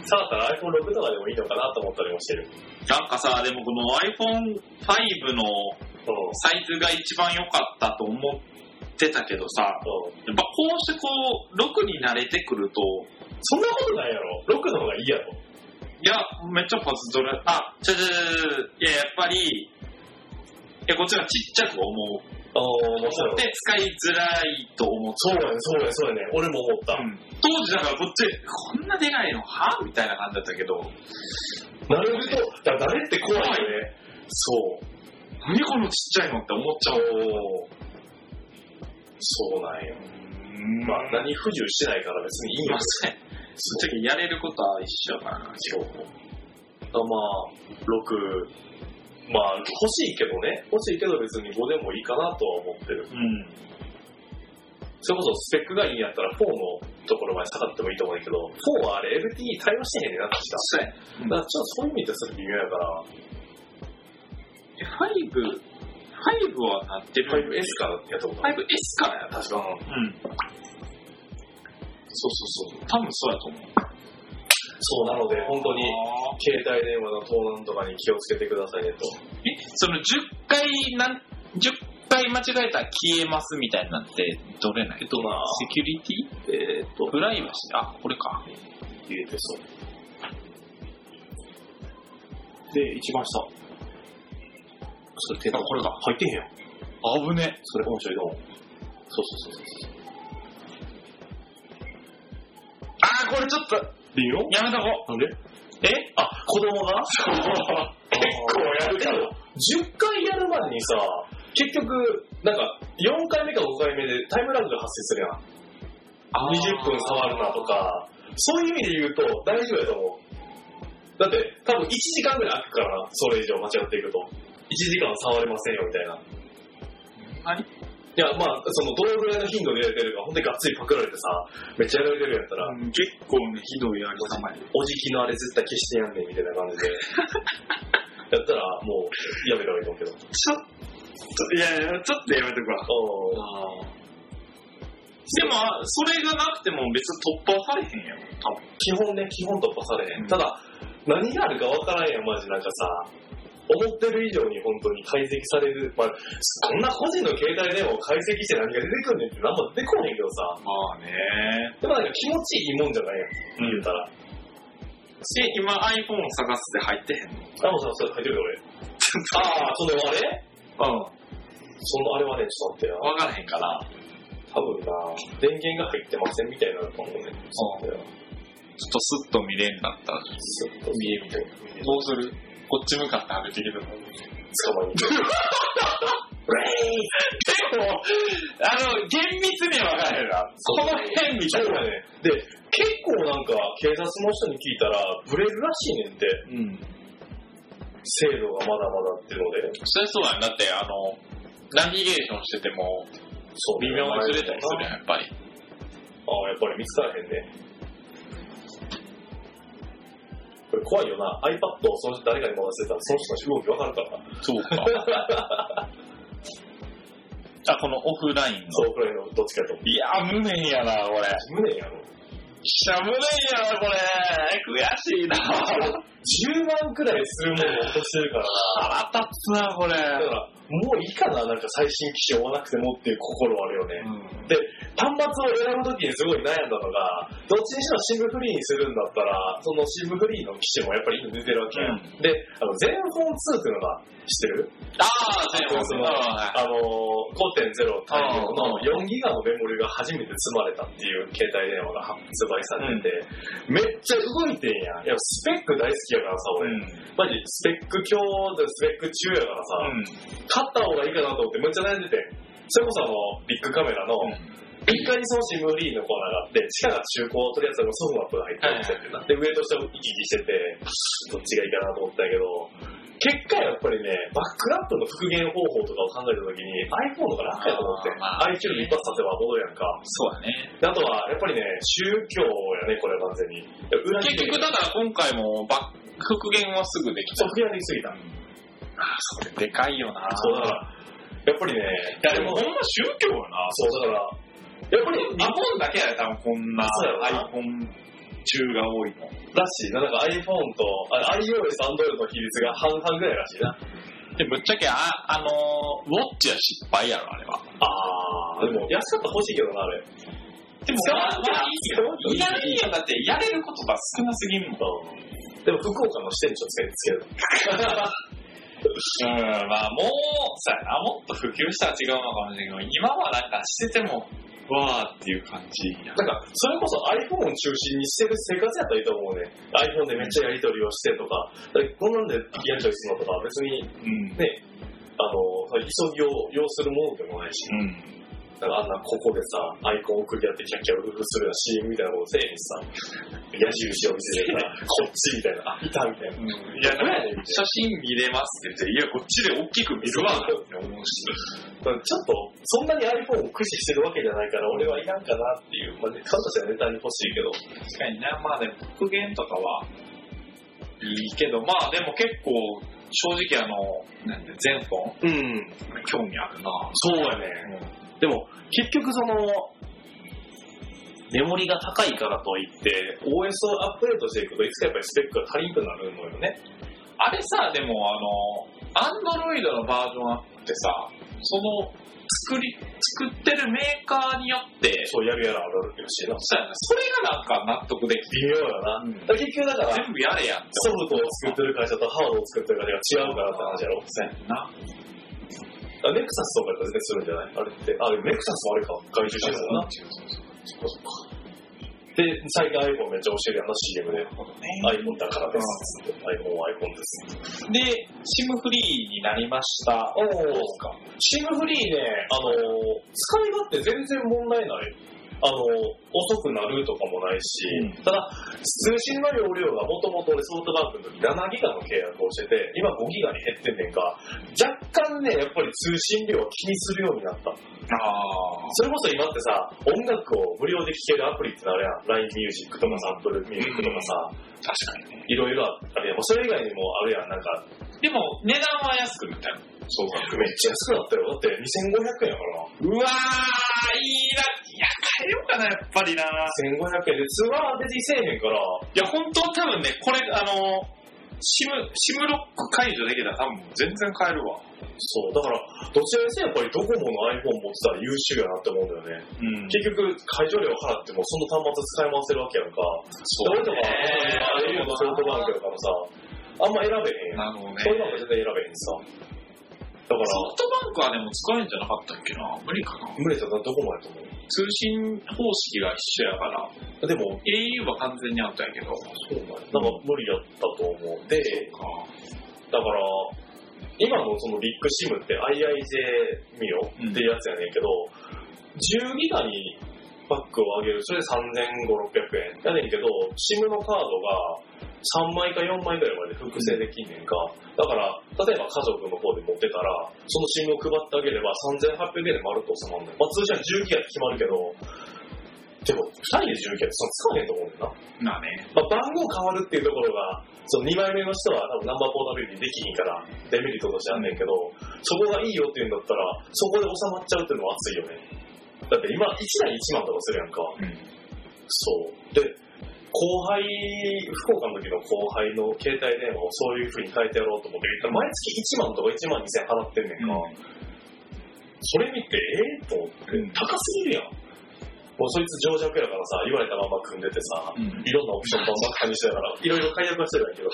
下がったら iPhone6 とかでもいいのかなと思ったりもしてる。
なんかさ、でもこの iPhone5 の
うん
サイズが一番良かったと思ってたけどさ、やっぱこうしてこう、6に慣れてくると、
そんなことないやろ。ロックの方がいいやろ。
いや、めっちゃパズドラ、あ、ちゃちゃちゃちゃいや、やっぱり、え、こっちがちっちゃく思う。
ああ、面
思って使いづらいと思っ
そうやね、そうやね、そうやね。俺も思った
た。。当時だからこっち、こんなでかいのはみたいな感じだったけど、
なるべく、だから誰って怖いよね。そう。
何このちっちゃいのって思っちゃう。
おーそうなんよ。まあ、何不自由してないから別にいい
い
よ
ま。せん。そっちやれることは一緒かな、
そう。だまあ、6、まあ、欲しいけどね。欲しいけど別に5でもいいかなとは思ってる。
うん。
それこそスペックがいいんやったら4のところまで下がってもいいと思うんだけど、4はあれ LTE 対応してへんねんな、確か。
そうや。
だからちょっとそういう意味でそれ微妙やから、
え、5、5はなってる
5S からやったことない。
5S からやな。
確か。
うん。そうそうそう。多分そうやと思う。
そうなので、本当に、携帯電話の盗難とかに気をつけてくださいねと。
え、その10回なん、10回間違えたら消えますみたいなんて、どれなんえっと
まあ
セキュリテ
えー、っと
ィ、プライバシーあ、これか。
入れてそう。で、一番下。それ、手がこれが入ってへんやん。
危ね。
それ、本社移動。そうそうそうそう。
あー、これちょっと、
微妙
やめとこ
なんで
う。え
あ、子供が
結構やるけど。
10回やるまでにさ、結局、なんか、4回目か5回目でタイムラグが発生するやん。20分触るなと。か、そういう意味で言うと大丈夫やと思う。だって、多分1時間ぐらい空くから、それ以上間違っていくと。1時間触れませんよ、みたいな。
はい
いや、まあ、その、どのぐらいの頻度でやれてるか、ほんとにがっつりパクられてさ、めっちゃやられてるやったら、
うん結構ね、ひどいやりたま
おじきのあれ絶対消してやんねん、みたいな感じで。やったら、もう、やめた方がいいと思うけど。
ちょっと、いやいや、ちょっとやめとくわ。
あ
あでも、それがなくても別に突破されへんやん。多分。
基本ね、基本突破されへん。
うん
ただ、何があるかわからんやん、マジなんかさ。思ってる以上に本当に解析される。まあ、こんな個人の携帯でも解析して何が出てくんねんって何も出てこへんけどさ。
まあね。
でもなんか気持ちいいもんじゃないやん、言うたら。
し、今 iPhone 探すで入ってへんの。
あ、もうさ、それ書いてるよ、俺。ああ、そのあ れ
う
そのあれはね、ちょっと待って
ん。。
よ
わからへんから。
多分な、電源が入ってませんみたいなのかも
ちょっ
ね。
とスッと見れんだったら、
ずっと見えみたいな。
どうするこっち向かって歩いてきるの。で
捕まえに行く。
も、 あの、厳密には分からへんな。この辺みた
そう
いな。
だね。で、結構なんか、警察の人に聞いたら、ブレるらしいねんって、
うん。
精度がまだまだっていうので。
そりゃそうやん。だって、あの、ナビゲーションしてても、
そう
微妙にずれたりするやん、やっぱり。
ああ、やっぱり見つからへんね。これ怖いよな。iPad をその人誰かに回してたら、その人の動きわかるからな。
そうか。あ、このオフラインの。
そうくらいのどっちかと。
いやー、無念やな、これ。
無念やろ。
しゃ、無念やな、これ。悔しいな。
10万くらいするものを落としてるから
腹立つな、これ。
な。 だから、もういいかな、なんか最新機種を追わなくてもっていう心はあるよね。
うん
端末を選ぶときにすごい悩んだのが、どっちにしろシムフリーにするんだったら、そのシムフリーの機種もやっぱり今出てるわけや、
うん
ん。で、あの、全フォン2っていうのが知って
あ
る
あ、全部
そ
そうう。
そう
はい
あのー、5.0対応の
うん
4ギガのメモリが初めて積まれたっていう携帯電話が発売されてて、めっちゃ動いてんやん。いや、スペック大好きやからさ、
うん。
俺。マジ、スペック強でスペック中やから
うん。
さ、買った方がいいかなと思ってめっちゃ悩んでて。それこそあの、ビッグカメラの、1階にそのシムフリーのコーナーがあって、地下が中古を取り扱うソフマップが入ってるんですよで、上と下を行き来してて、どっちがいいかなと思ったんやけど、結果やっぱりね、バックラップの復元方法とかを考えたときに iPhone の方が楽やと思って、
あーまあ
iQ の一発立てば戻るやんか。
そうだね。
であとは、やっぱりね、宗教やね、これは完全に。裏切
結
り
局、だから今回もバック復元はすぐでき
そう
た。
復元ができすぎた。
でかいよな。
そうだから、やっぱりね、
いや、でもほんま宗教やな。
そうだから、やっぱり
日本だけやで、多分こんな
そうやろな
iPhone 中が多いの。
らしいな、なんか iPhone と、あ iOS、Android の比率が半々ぐらいらしいな。
で、ぶっちゃけ、あ、あのー、ウォッチは失敗やろ、あれは。
あー、でも安かったら欲しいけどな、あれ。
でも
使わん
まあいらないよ、だって、やれることが少なすぎんもん。
でも福岡の支店長つけつける。
うん、まあもう、さやな、もっと普及したら違うのかもしれんけど、今はなんかしてても、わーっていう感じや。
なんか、それこそ iPhone を中心にしてる生活やったらいいと思うね。iPhone でめっちゃやり取りをしてとか、だからこんなんでやり取りするのとか、別に
うん。
ね、あの、急ぎを要するものでもないし、
うん。
なんかあんなここでさ、アイコン送り合ってキャッキャウフフするような CM みたいなことせえへんしさ、矢印を見せてさ、こっちみたいな、あ、いたみた
い
いな。
や、なんで写真見れますって言って、いや、こっちで大きく見るわ、って思うし。
ちょっと、そんなに iPhone を駆使してるわけじゃないから、俺はいらんかなっていう、まあね、彼女はネタに欲しいけど、
確かにな、まあでも復元とかは、いいけど、まあでも結構、正直あの、なんで、全本
うん、
興味あるな。
そうやね。でも、結局その、メモリが高いからといって、OS をアップデートしていくと、いつかやっぱりスペックが足りんくなるのよね。
あれさ、でもあの、アンドロイドのバージョンアップってさ、その、作り、作ってるメーカーによって、
そう、やるやらあるらしいな。
そうやなそれがなんか納得できて、
微妙やな。だから結局だから、
全部やれやんって
ソフトを作ってる会社とハードを作ってる会社が違うからって話やろ。
そうやんな。
あネクサスとかやったら全然するんじゃないあれって。あ、でもネクサスもあれか。外注してるんだな。そうそうそうで、最近 iPhone めっちゃ教えるやんな、CM で。iPhone だからです。iPhone は iPhone です。
で、シムフリーになりました。
お
どうで
ー
すか
シムフリーね、あのー、使い勝手全然問題ない。あのー、遅くなるとかもないし、
うん
ただ、通信の容量がもともと俺ソフトバンクの時7ギガの契約をしてて、今5ギガに減ってんねんか、若干ね、やっぱり通信量は気にするようになった。
あ
それこそ今ってさ、音楽を無料で聴けるアプリってのあれやん。LINE ミュージックとかさ、Apple ミュージックとかさ、
あ、確かにね。
いろいろあるやん。もうそれ以外にもあるやん。なんか、
でも、値段は安くなったよ。
そうめっちゃ安くなったよ。だって2500円
うわ
やからな。
ー、いいな、いや、えようかな、やっぱりな。い
1500円でツアー出てきせえへんから、
や、本当多分ね、これ、あの、シム、シムロック解除できたら多分全然買えるわ。
そう、だから、どちらにせよやっぱりドコモの iPhone 持ってたら優秀やなって思うんだよね。
うん。
結局、会場料払ってもその端末使い回せるわけやんか。
そう
俺とか、
ね
au のソフトバンクやからさ、あんま選べへんや
なる
ん。
ほどね
そ。れなんか全然選べへんしさ。だから、
ソフトバンクはでも使えるんじゃなかったっけな無理かな
無理だったらドコモやと思う。
通信方式が一緒やから、
でも、
au は完全にアウトやけど。
そうなんやなんか無理やったと思う。で、
か。
だから、今のそのビッグシムって IIJ ミオっていうやつやねんけど、10ギガにパックを上げる、それで3500、600円やねんけど、シムのカードが3枚か4枚ぐらいまで複製できんねんか。だから、例えば家族の方で持ってたら、そのシムを配ってあげれば3800円で丸っと収まるねん。まあ通常は10ギガって決まるけど、でも2人で10ギガってそんな使わへんと思うねんな。
まあね。
まあ、番号変わるっていうところが、その2枚目の人は多分ナンバーポータビリティできひんから、デメリットとしてあんねんけど、そこがいいよっていうんだったら、そこで収まっちゃうっていうのは熱いよね。だって今、1台1万とかするやんか。
うん。
そう。で、後輩、福岡の時の後輩の携帯電話をそういう風に変えてやろうと思って、毎月1万とか1万2000払ってんねんか。それ見て、えー、と思って、
うん
高すぎるやん。もうそいつ情弱やからさ、言われたまま組んでてさ、
うん
いろんなオプションバンバン加味しながら、いろいろ解約はしてないけど。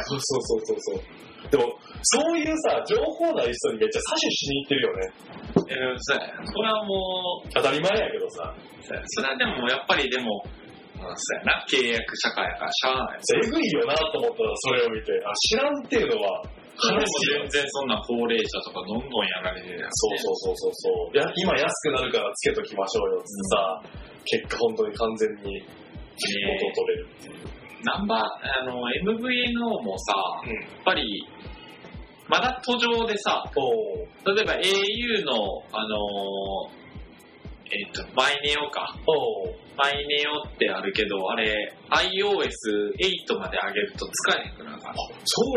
そうそうそうそうそう。でも、そういうさ、情報ない人にめっちゃ詐取しに行って
え
るよね。
ー、そうやね。これはもう、
当たり前やけどさ、
そうやそれはでもやっぱりでも、うんそうやな。契約社会やからしゃあない。
えぐいよなと思ったらそれを見て、あ、知らんっていうのは、
それ
悲
も
しいよ
全然そんな高齢者とかどんどんやられてるやん。
そうそうそうそうそう。や今安くなるからつけときましょうよってさ、結果本当に完全に元を取れる。
ナンバー、あの、MVNO もさ、
うん
やっぱり、まだ途上でさ、
おう
例えば au の、あのーえっ、と、マイネオか。
おう
マイネオってあるけど、あれ、iOS8 まで上げると使えへんくなるから。
そ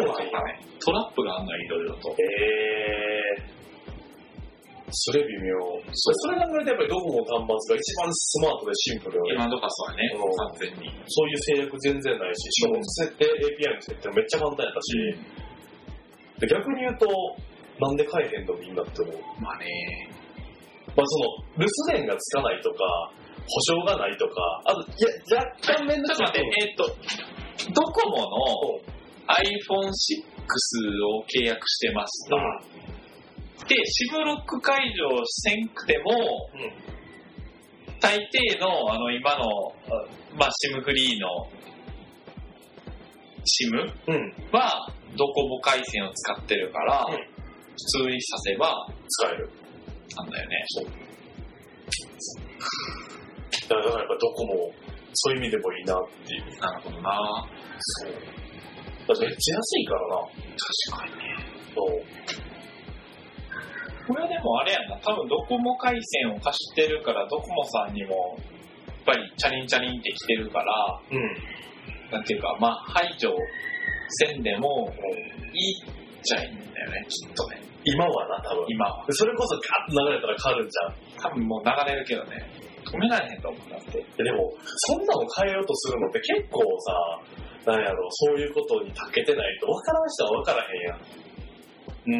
うなんや。
トラップがあんのよ、いろいろと。
えー。それ微妙。それ考えるとやっぱりドコモの端末が一番スマートでシンプルよね。
今のとかそうやね
うん、
完全に。
そういう制約全然ないし、しかも設定、API の設定もめっちゃ簡単やったし、で逆に言うと、なんで変えへんのみんなって思う。
まあね、
まあその、留守電がつかないとか、保証がないとか、あと、いや、若干面
ちょっと待っ
倒くさ
て、えっ、と、ドコモの iPhone6 を契約してました。で、シムロック解除せんくても、
うん。うん。
大抵の、あの、今の、あまあ、シムフリーの、シム
うん。
は、ドコモ回線を使ってるから、
うん
普通にさせば、
使える。
なんだよね。
だからやっぱドコモ、そういう意味でもいいなっていう。
なるほどな
そう。だってめっちゃ安いからな。
確かにね。
そう。
これはでもあれやな、多分ドコモ回線を貸してるから、ドコモさんにも、やっぱりチャリンチャリンって来てるから、
うん。
なんていうか、まあ、排除せんでも、いいっちゃいいんだよね、きっとね、
今はな、多分。
今は。
それこそガッと流れたら変わるんじゃ
多
ん。
分もう流れるけどね、止められへんと思うなって。
ででも、そんなの変えようとするのって結構さ、なんやろそういうことに長けてないと、分からん人は分から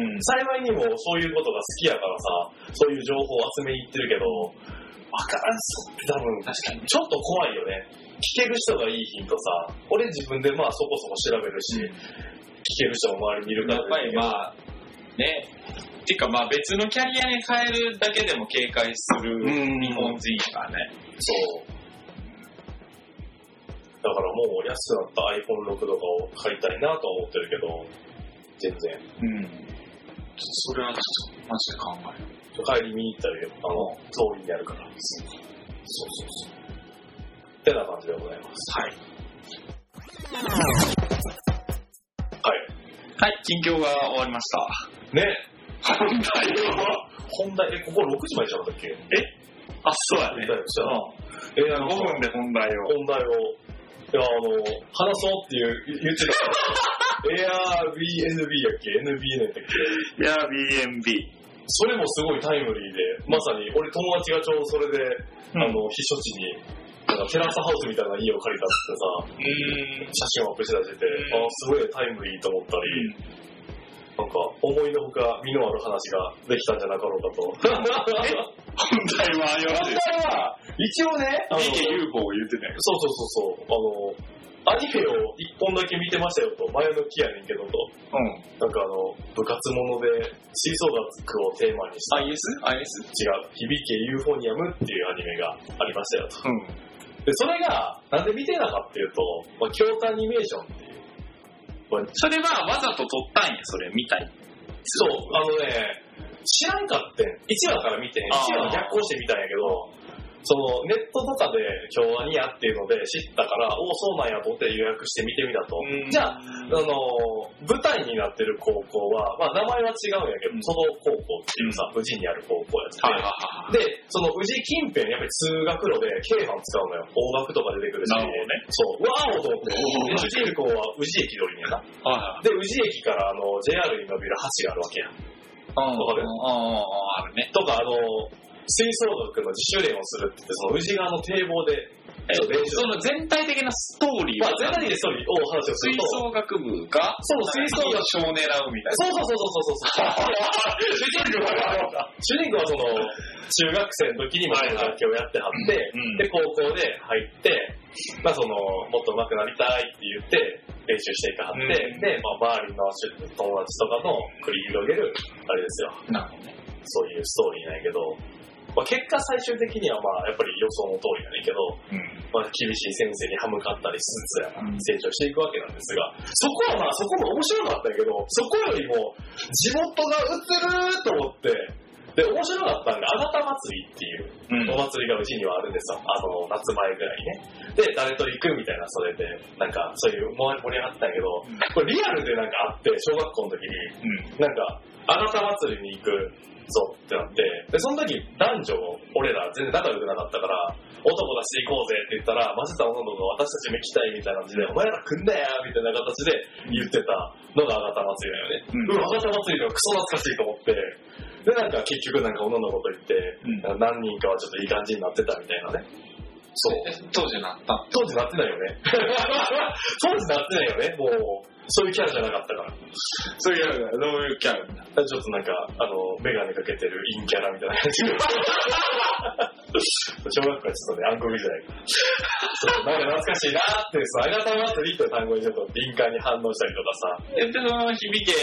へんやん。
うん。
幸いにもそういうことが好きやからさ、そういう情報を集めに行ってるけど、分からん人って多分、
確かに。
ちょっと怖いよね。聞ける人がいいヒントさ、俺自分でまあそこそこ調べるし、聞ける人も周りにいるか
や
ら
っぱりまあ、ね、てかまあ別のキャリアに変えるだけでも警戒する
う
日
ん
本人やからね。
そう。だからもう安くなった iPhone6 とかを買いたいなとは思ってるけど、全然。
うん。それはちょっとマジで考える。
帰り見に行ったり、あの、通りにあるから。そうそうそう。ってな感じでございます。
はい。
はい。
はい、近況が終わりました。
ね。
本題は
本題、え、ここ6時までじゃなかったっけ
あ、そうやね。
だよそうや
うん。
え
5分で本題を。
本題を、いや、あの、話そうっていう、言言ってた。ARBNB やっけ ?NB なんだっけ
いや、BNB。
それもすごいタイムリーで、まさに俺友達がちょうどそれで、
ん
あの、避暑地に、なんかテラスハウスみたいな家を借りたってさ、写真をアップしてたりしてて、
うん
あすごいタイムリーと思ったり、
うん
なんか思いのほか身のある話ができたんじゃなかろうかと。
本題はよろしいです
は、一応ね、あの
DKUFO を言ってたよ。
そうそうそうそう、あの、アニメを一本だけ見てましたよと、前の木やねんけどと、
うん。
なんかあの、部活もので吹奏楽をテーマにした、違
IS?IS?
う、響けユーフォニアムっていうアニメがありましたよと。
うん。
で、それが、なんで見てたかっていうと、まあ、京都アニメーションっていう、
それはわざと撮ったんや、それ、見たい。
そう、あのね、知らんかってん。1話から見てん、
あー
1話逆行してみたんやけど、そのネットとかで今日はニやっていうので知ったから、おお、そうなんやと思って予約して見てみたと。じゃあ、
あ
あの舞台になってる高校は、まあ、名前は違うんやけど、
うん
その高校っていうさ、宇治にある高校やっ
はいはいはい。
てて、で、その宇治近辺、やっぱり通学路で京阪使うのよ。大学とか出てくる
な
し。
るほどね
そう。わーおと思って、で宇治高は宇治駅通りにやな。
はい
で、宇治駅からあの JR に伸びる橋があるわけや。
はい。
わかる
うんうんうん、あるね。
とか、あの、吹奏楽の自主練をするって言って、その宇治川の堤防で、
え
ちょっと練習
その全体的なストーリーは
まあ、全体でそういうお話をす
吹
ると、
奏楽部が、
そう吹奏楽
少年らうみたい
そうそうそうそうそうそう。主人公は、主人公はその、中学生の時にも
はいはい
楽器をやってはって、
うん
で、高校で入って、まあその、もっと上手くなりたいって言って、練習していかはって、
うん
で、まあ周りの友達とかの繰り広げる、あれですよ、
な。なるほどね。
そういうストーリーなんやけど、まあ結果最終的にはまあやっぱり予想の通りなんやけど、
うん。
まあ、厳しい先生に歯向かったりしつつ
うん
成長していくわけなんですが、そこはまあそこも面白かったんやけど、そこよりも地元が映ると思って、で、面白かったんが、あなた祭りってい
うん。
うお祭りがうちにはあるんですよ。あの、夏前ぐらいね。で、誰と行くみたいな、それで、なんか、そういう盛り上がったんやけど、これリアルでなんかあって、小学校の時に、
うん。
なんか、あなた祭りに行くぞってなって、で、その時男女、俺ら全然仲良くなかったから、男出して行こうぜって言ったら、マジさんののが私たちも来たいみたいな感じで、お前ら来んなやみたいな形で言ってたのがあなた祭
うん
りだよね。うわ、あなた祭りがクソ懐かしいと思って、で、なんか結局なんか女の子と言って、
うん
何人かはちょっといい感じになってたみたいなね。そう。
え当時なった。
当時なってないよね。 当時なってないよね、もう。そういうキャラじゃなかったから。
そういう、どういうキャラだ
ちょっとなんか、あの、メガネかけてる陰キャラみたいな感じで。小学校はちょっとね、暗黒時代。ちょっとなんか懐かしいなーって、そう、ありがたまってリって単語にちょっと敏感に反応したりとかさ、
え、で、その響け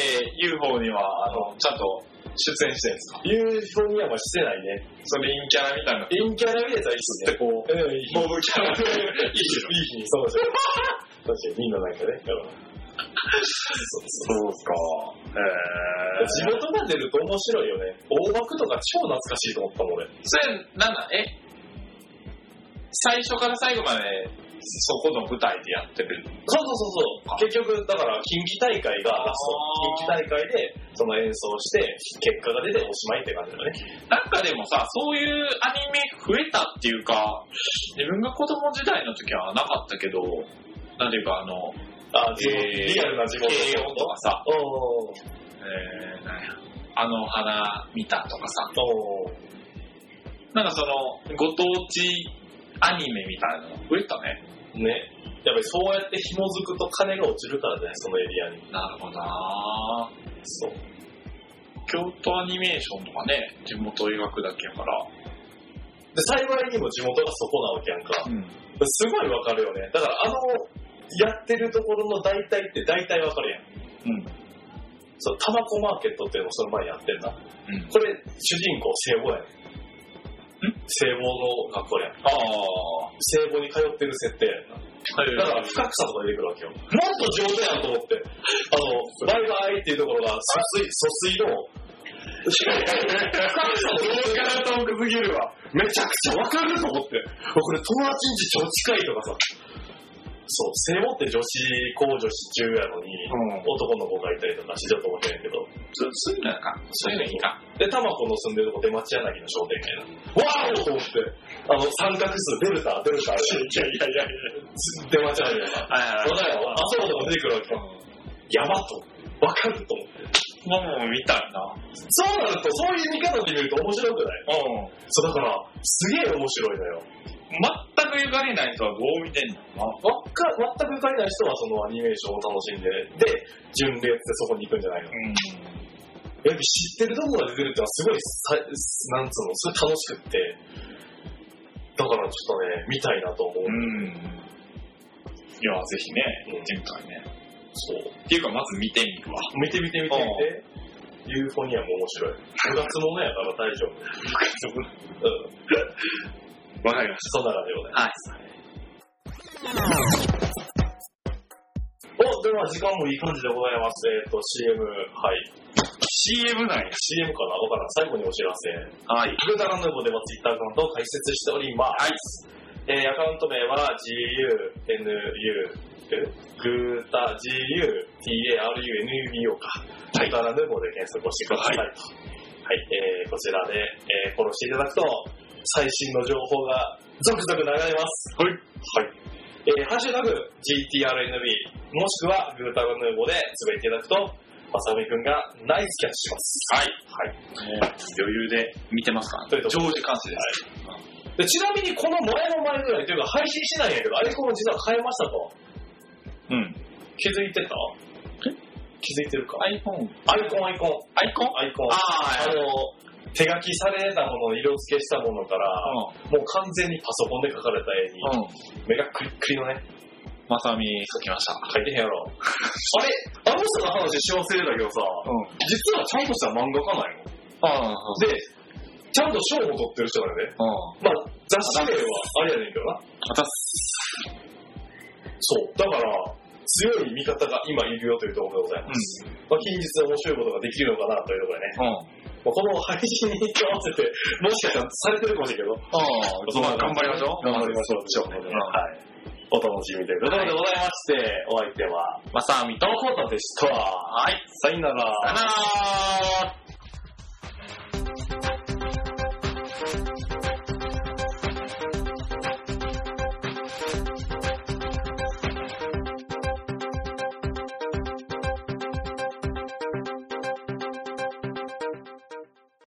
UFO には、あの、ちゃんと出演してるんですか
言う風にはもうしてないね。
それ陰キャラみたいな。
陰キャラ見れたらいいしね。こう、うん、いい日。
モブキャラで、いいよ。
いい日に、そうそう。確かに、みんななんかね。
そうですか。え
地元が出ると面白いよね。大枠とか超懐かしいと思ったもん、俺。
それ、なんだ、え最初から最後まで、そこの舞台でやってる。
そうそうそうそう。結局、だから、近畿大会がラスト。近
あー
畿大会で、その演奏して、結果が出ておしまいって感じだね。
なんかでもさ、そういうアニメ増えたっていうか、自分が子供時代の時はなかったけど、なんていうかあの、
あ
地元
リアルな地元
軽音とかさ、
おー
えー、なんや、あの花見たとかさ、
おー
なんかその、ご当地アニメみたいなの増えたね。
ね。やっぱりそうやって紐づくと金が落ちるからじゃない、そのエリアに。
なるほどなぁ
そう。
京都アニメーションとかね、地元描くだけやから。
で、幸いにも地元がそこなわけやんか。
うん。
すごいわかるよね。だから、あの、やってるところの大体って大体わかるやん。
うん。
そう、タバコマーケットっていうのをその前やってんな。
うん
これ、主人公、聖母やねん。聖母の学校やん。
ああ。
聖母に通ってる設定やんな。だから、深草とか出てくるわけよ。もっと地元やんと思って。あの、バイバイっていうところが、疎水、疎水の、
動画が遠くすぎるわ。
めちゃくちゃわかると思って。これ、友達んち超近いとかさ。そう、聖母って女子高女子中やのに、
うん。
男の子がいたりとかしちゃうと思ってんやけど。
そうそういうのやか。そういうのいいか。
で、タマコの住んでるとこ出町柳の商店街な。わーおと思って、あの、三角数、デルタ、デルタ、
いやいやいやい
出町柳のさ。
や。はいはい
そうだよ、あそことか出てくるわけよ。やばと。わかると思って。
ママも見たいな。
そうなると、そういう見方で見ると面白くない
うん。
そう、だから、すげえ面白いのよ。
全くゆかりない人はどう見てんの
わっか全く受かりない人はそのアニメーションを楽しんで、で、巡礼ってそこに行くんじゃないの
うん。
やっぱ知ってるとこが出てるってのはすごいさ、なんつうの、それ楽しくって。だからちょっとね、見たいなと思う。
うん。いや、ぜひね、見てみたいね。
そう。
っていうか、まず見てみるわ。
見て見て見て見て。ユーフォニアも面白い。部活もね、やから大丈夫。部活も。うん。
わかりまし
そんな感じでござい
た。はい。
ます。お、では時間もいい感じでございます。えっ、と、CM、はい。
CM なんや。
CM かなわからん。最後にお知らせ。
はい。
グダラヌーボでは Twitter アカウントを開設しております。えーアカウント名は GUNU、グータ GUTARUNUBO か。グダラヌーボで検索をしてくださいと。はい、えーこちらで、えーフォローしていただくと、最新の情報が続々流れます。はい。はい。えーハッシュタグ GTRNB、もしくはグータラヌーボでつぶやいていただくと、まさみくんがナイスキャッチします。
はい。
はい。
余裕で見てますか
というとこ
常時完成です。
でちなみにこの前の前ぐらいというか配信してないんやけど、アイコンを実は変えましたと。
うん。
気づいてた気づいてるか
iPhone。
アイコン、アイコン。
アイコン
アイコン。
あ
あの、手書きされたものを色付けしたものから、
あ。
もう完全にパソコンで描かれた絵に、
うん。うん。
目がクリックリのね、
まさみ、書きました。
描いてへんやろ。 あれあの人の話し忘れたけどさ、
うん。
実はちゃんとした漫画家な
あ
んよ。
あ、そう
で、ちゃんと賞を取ってる人なんよね。
うん。
まあ、雑誌名はあれやねんけどな。
私、
そう。だから、強い味方が今いるよというところでございます。まあ、近日面白いことができるのかなというところでね。
うん。
まあ、この配信に合わせて、 もしかしたらされてるかもしれんけど。
ああ、そう頑張りましょう。
頑張りましょう。
うん
はい。お楽しみということでございまして、お相手は、
まさみと、
コータでした。はい。さよなら。
さよなら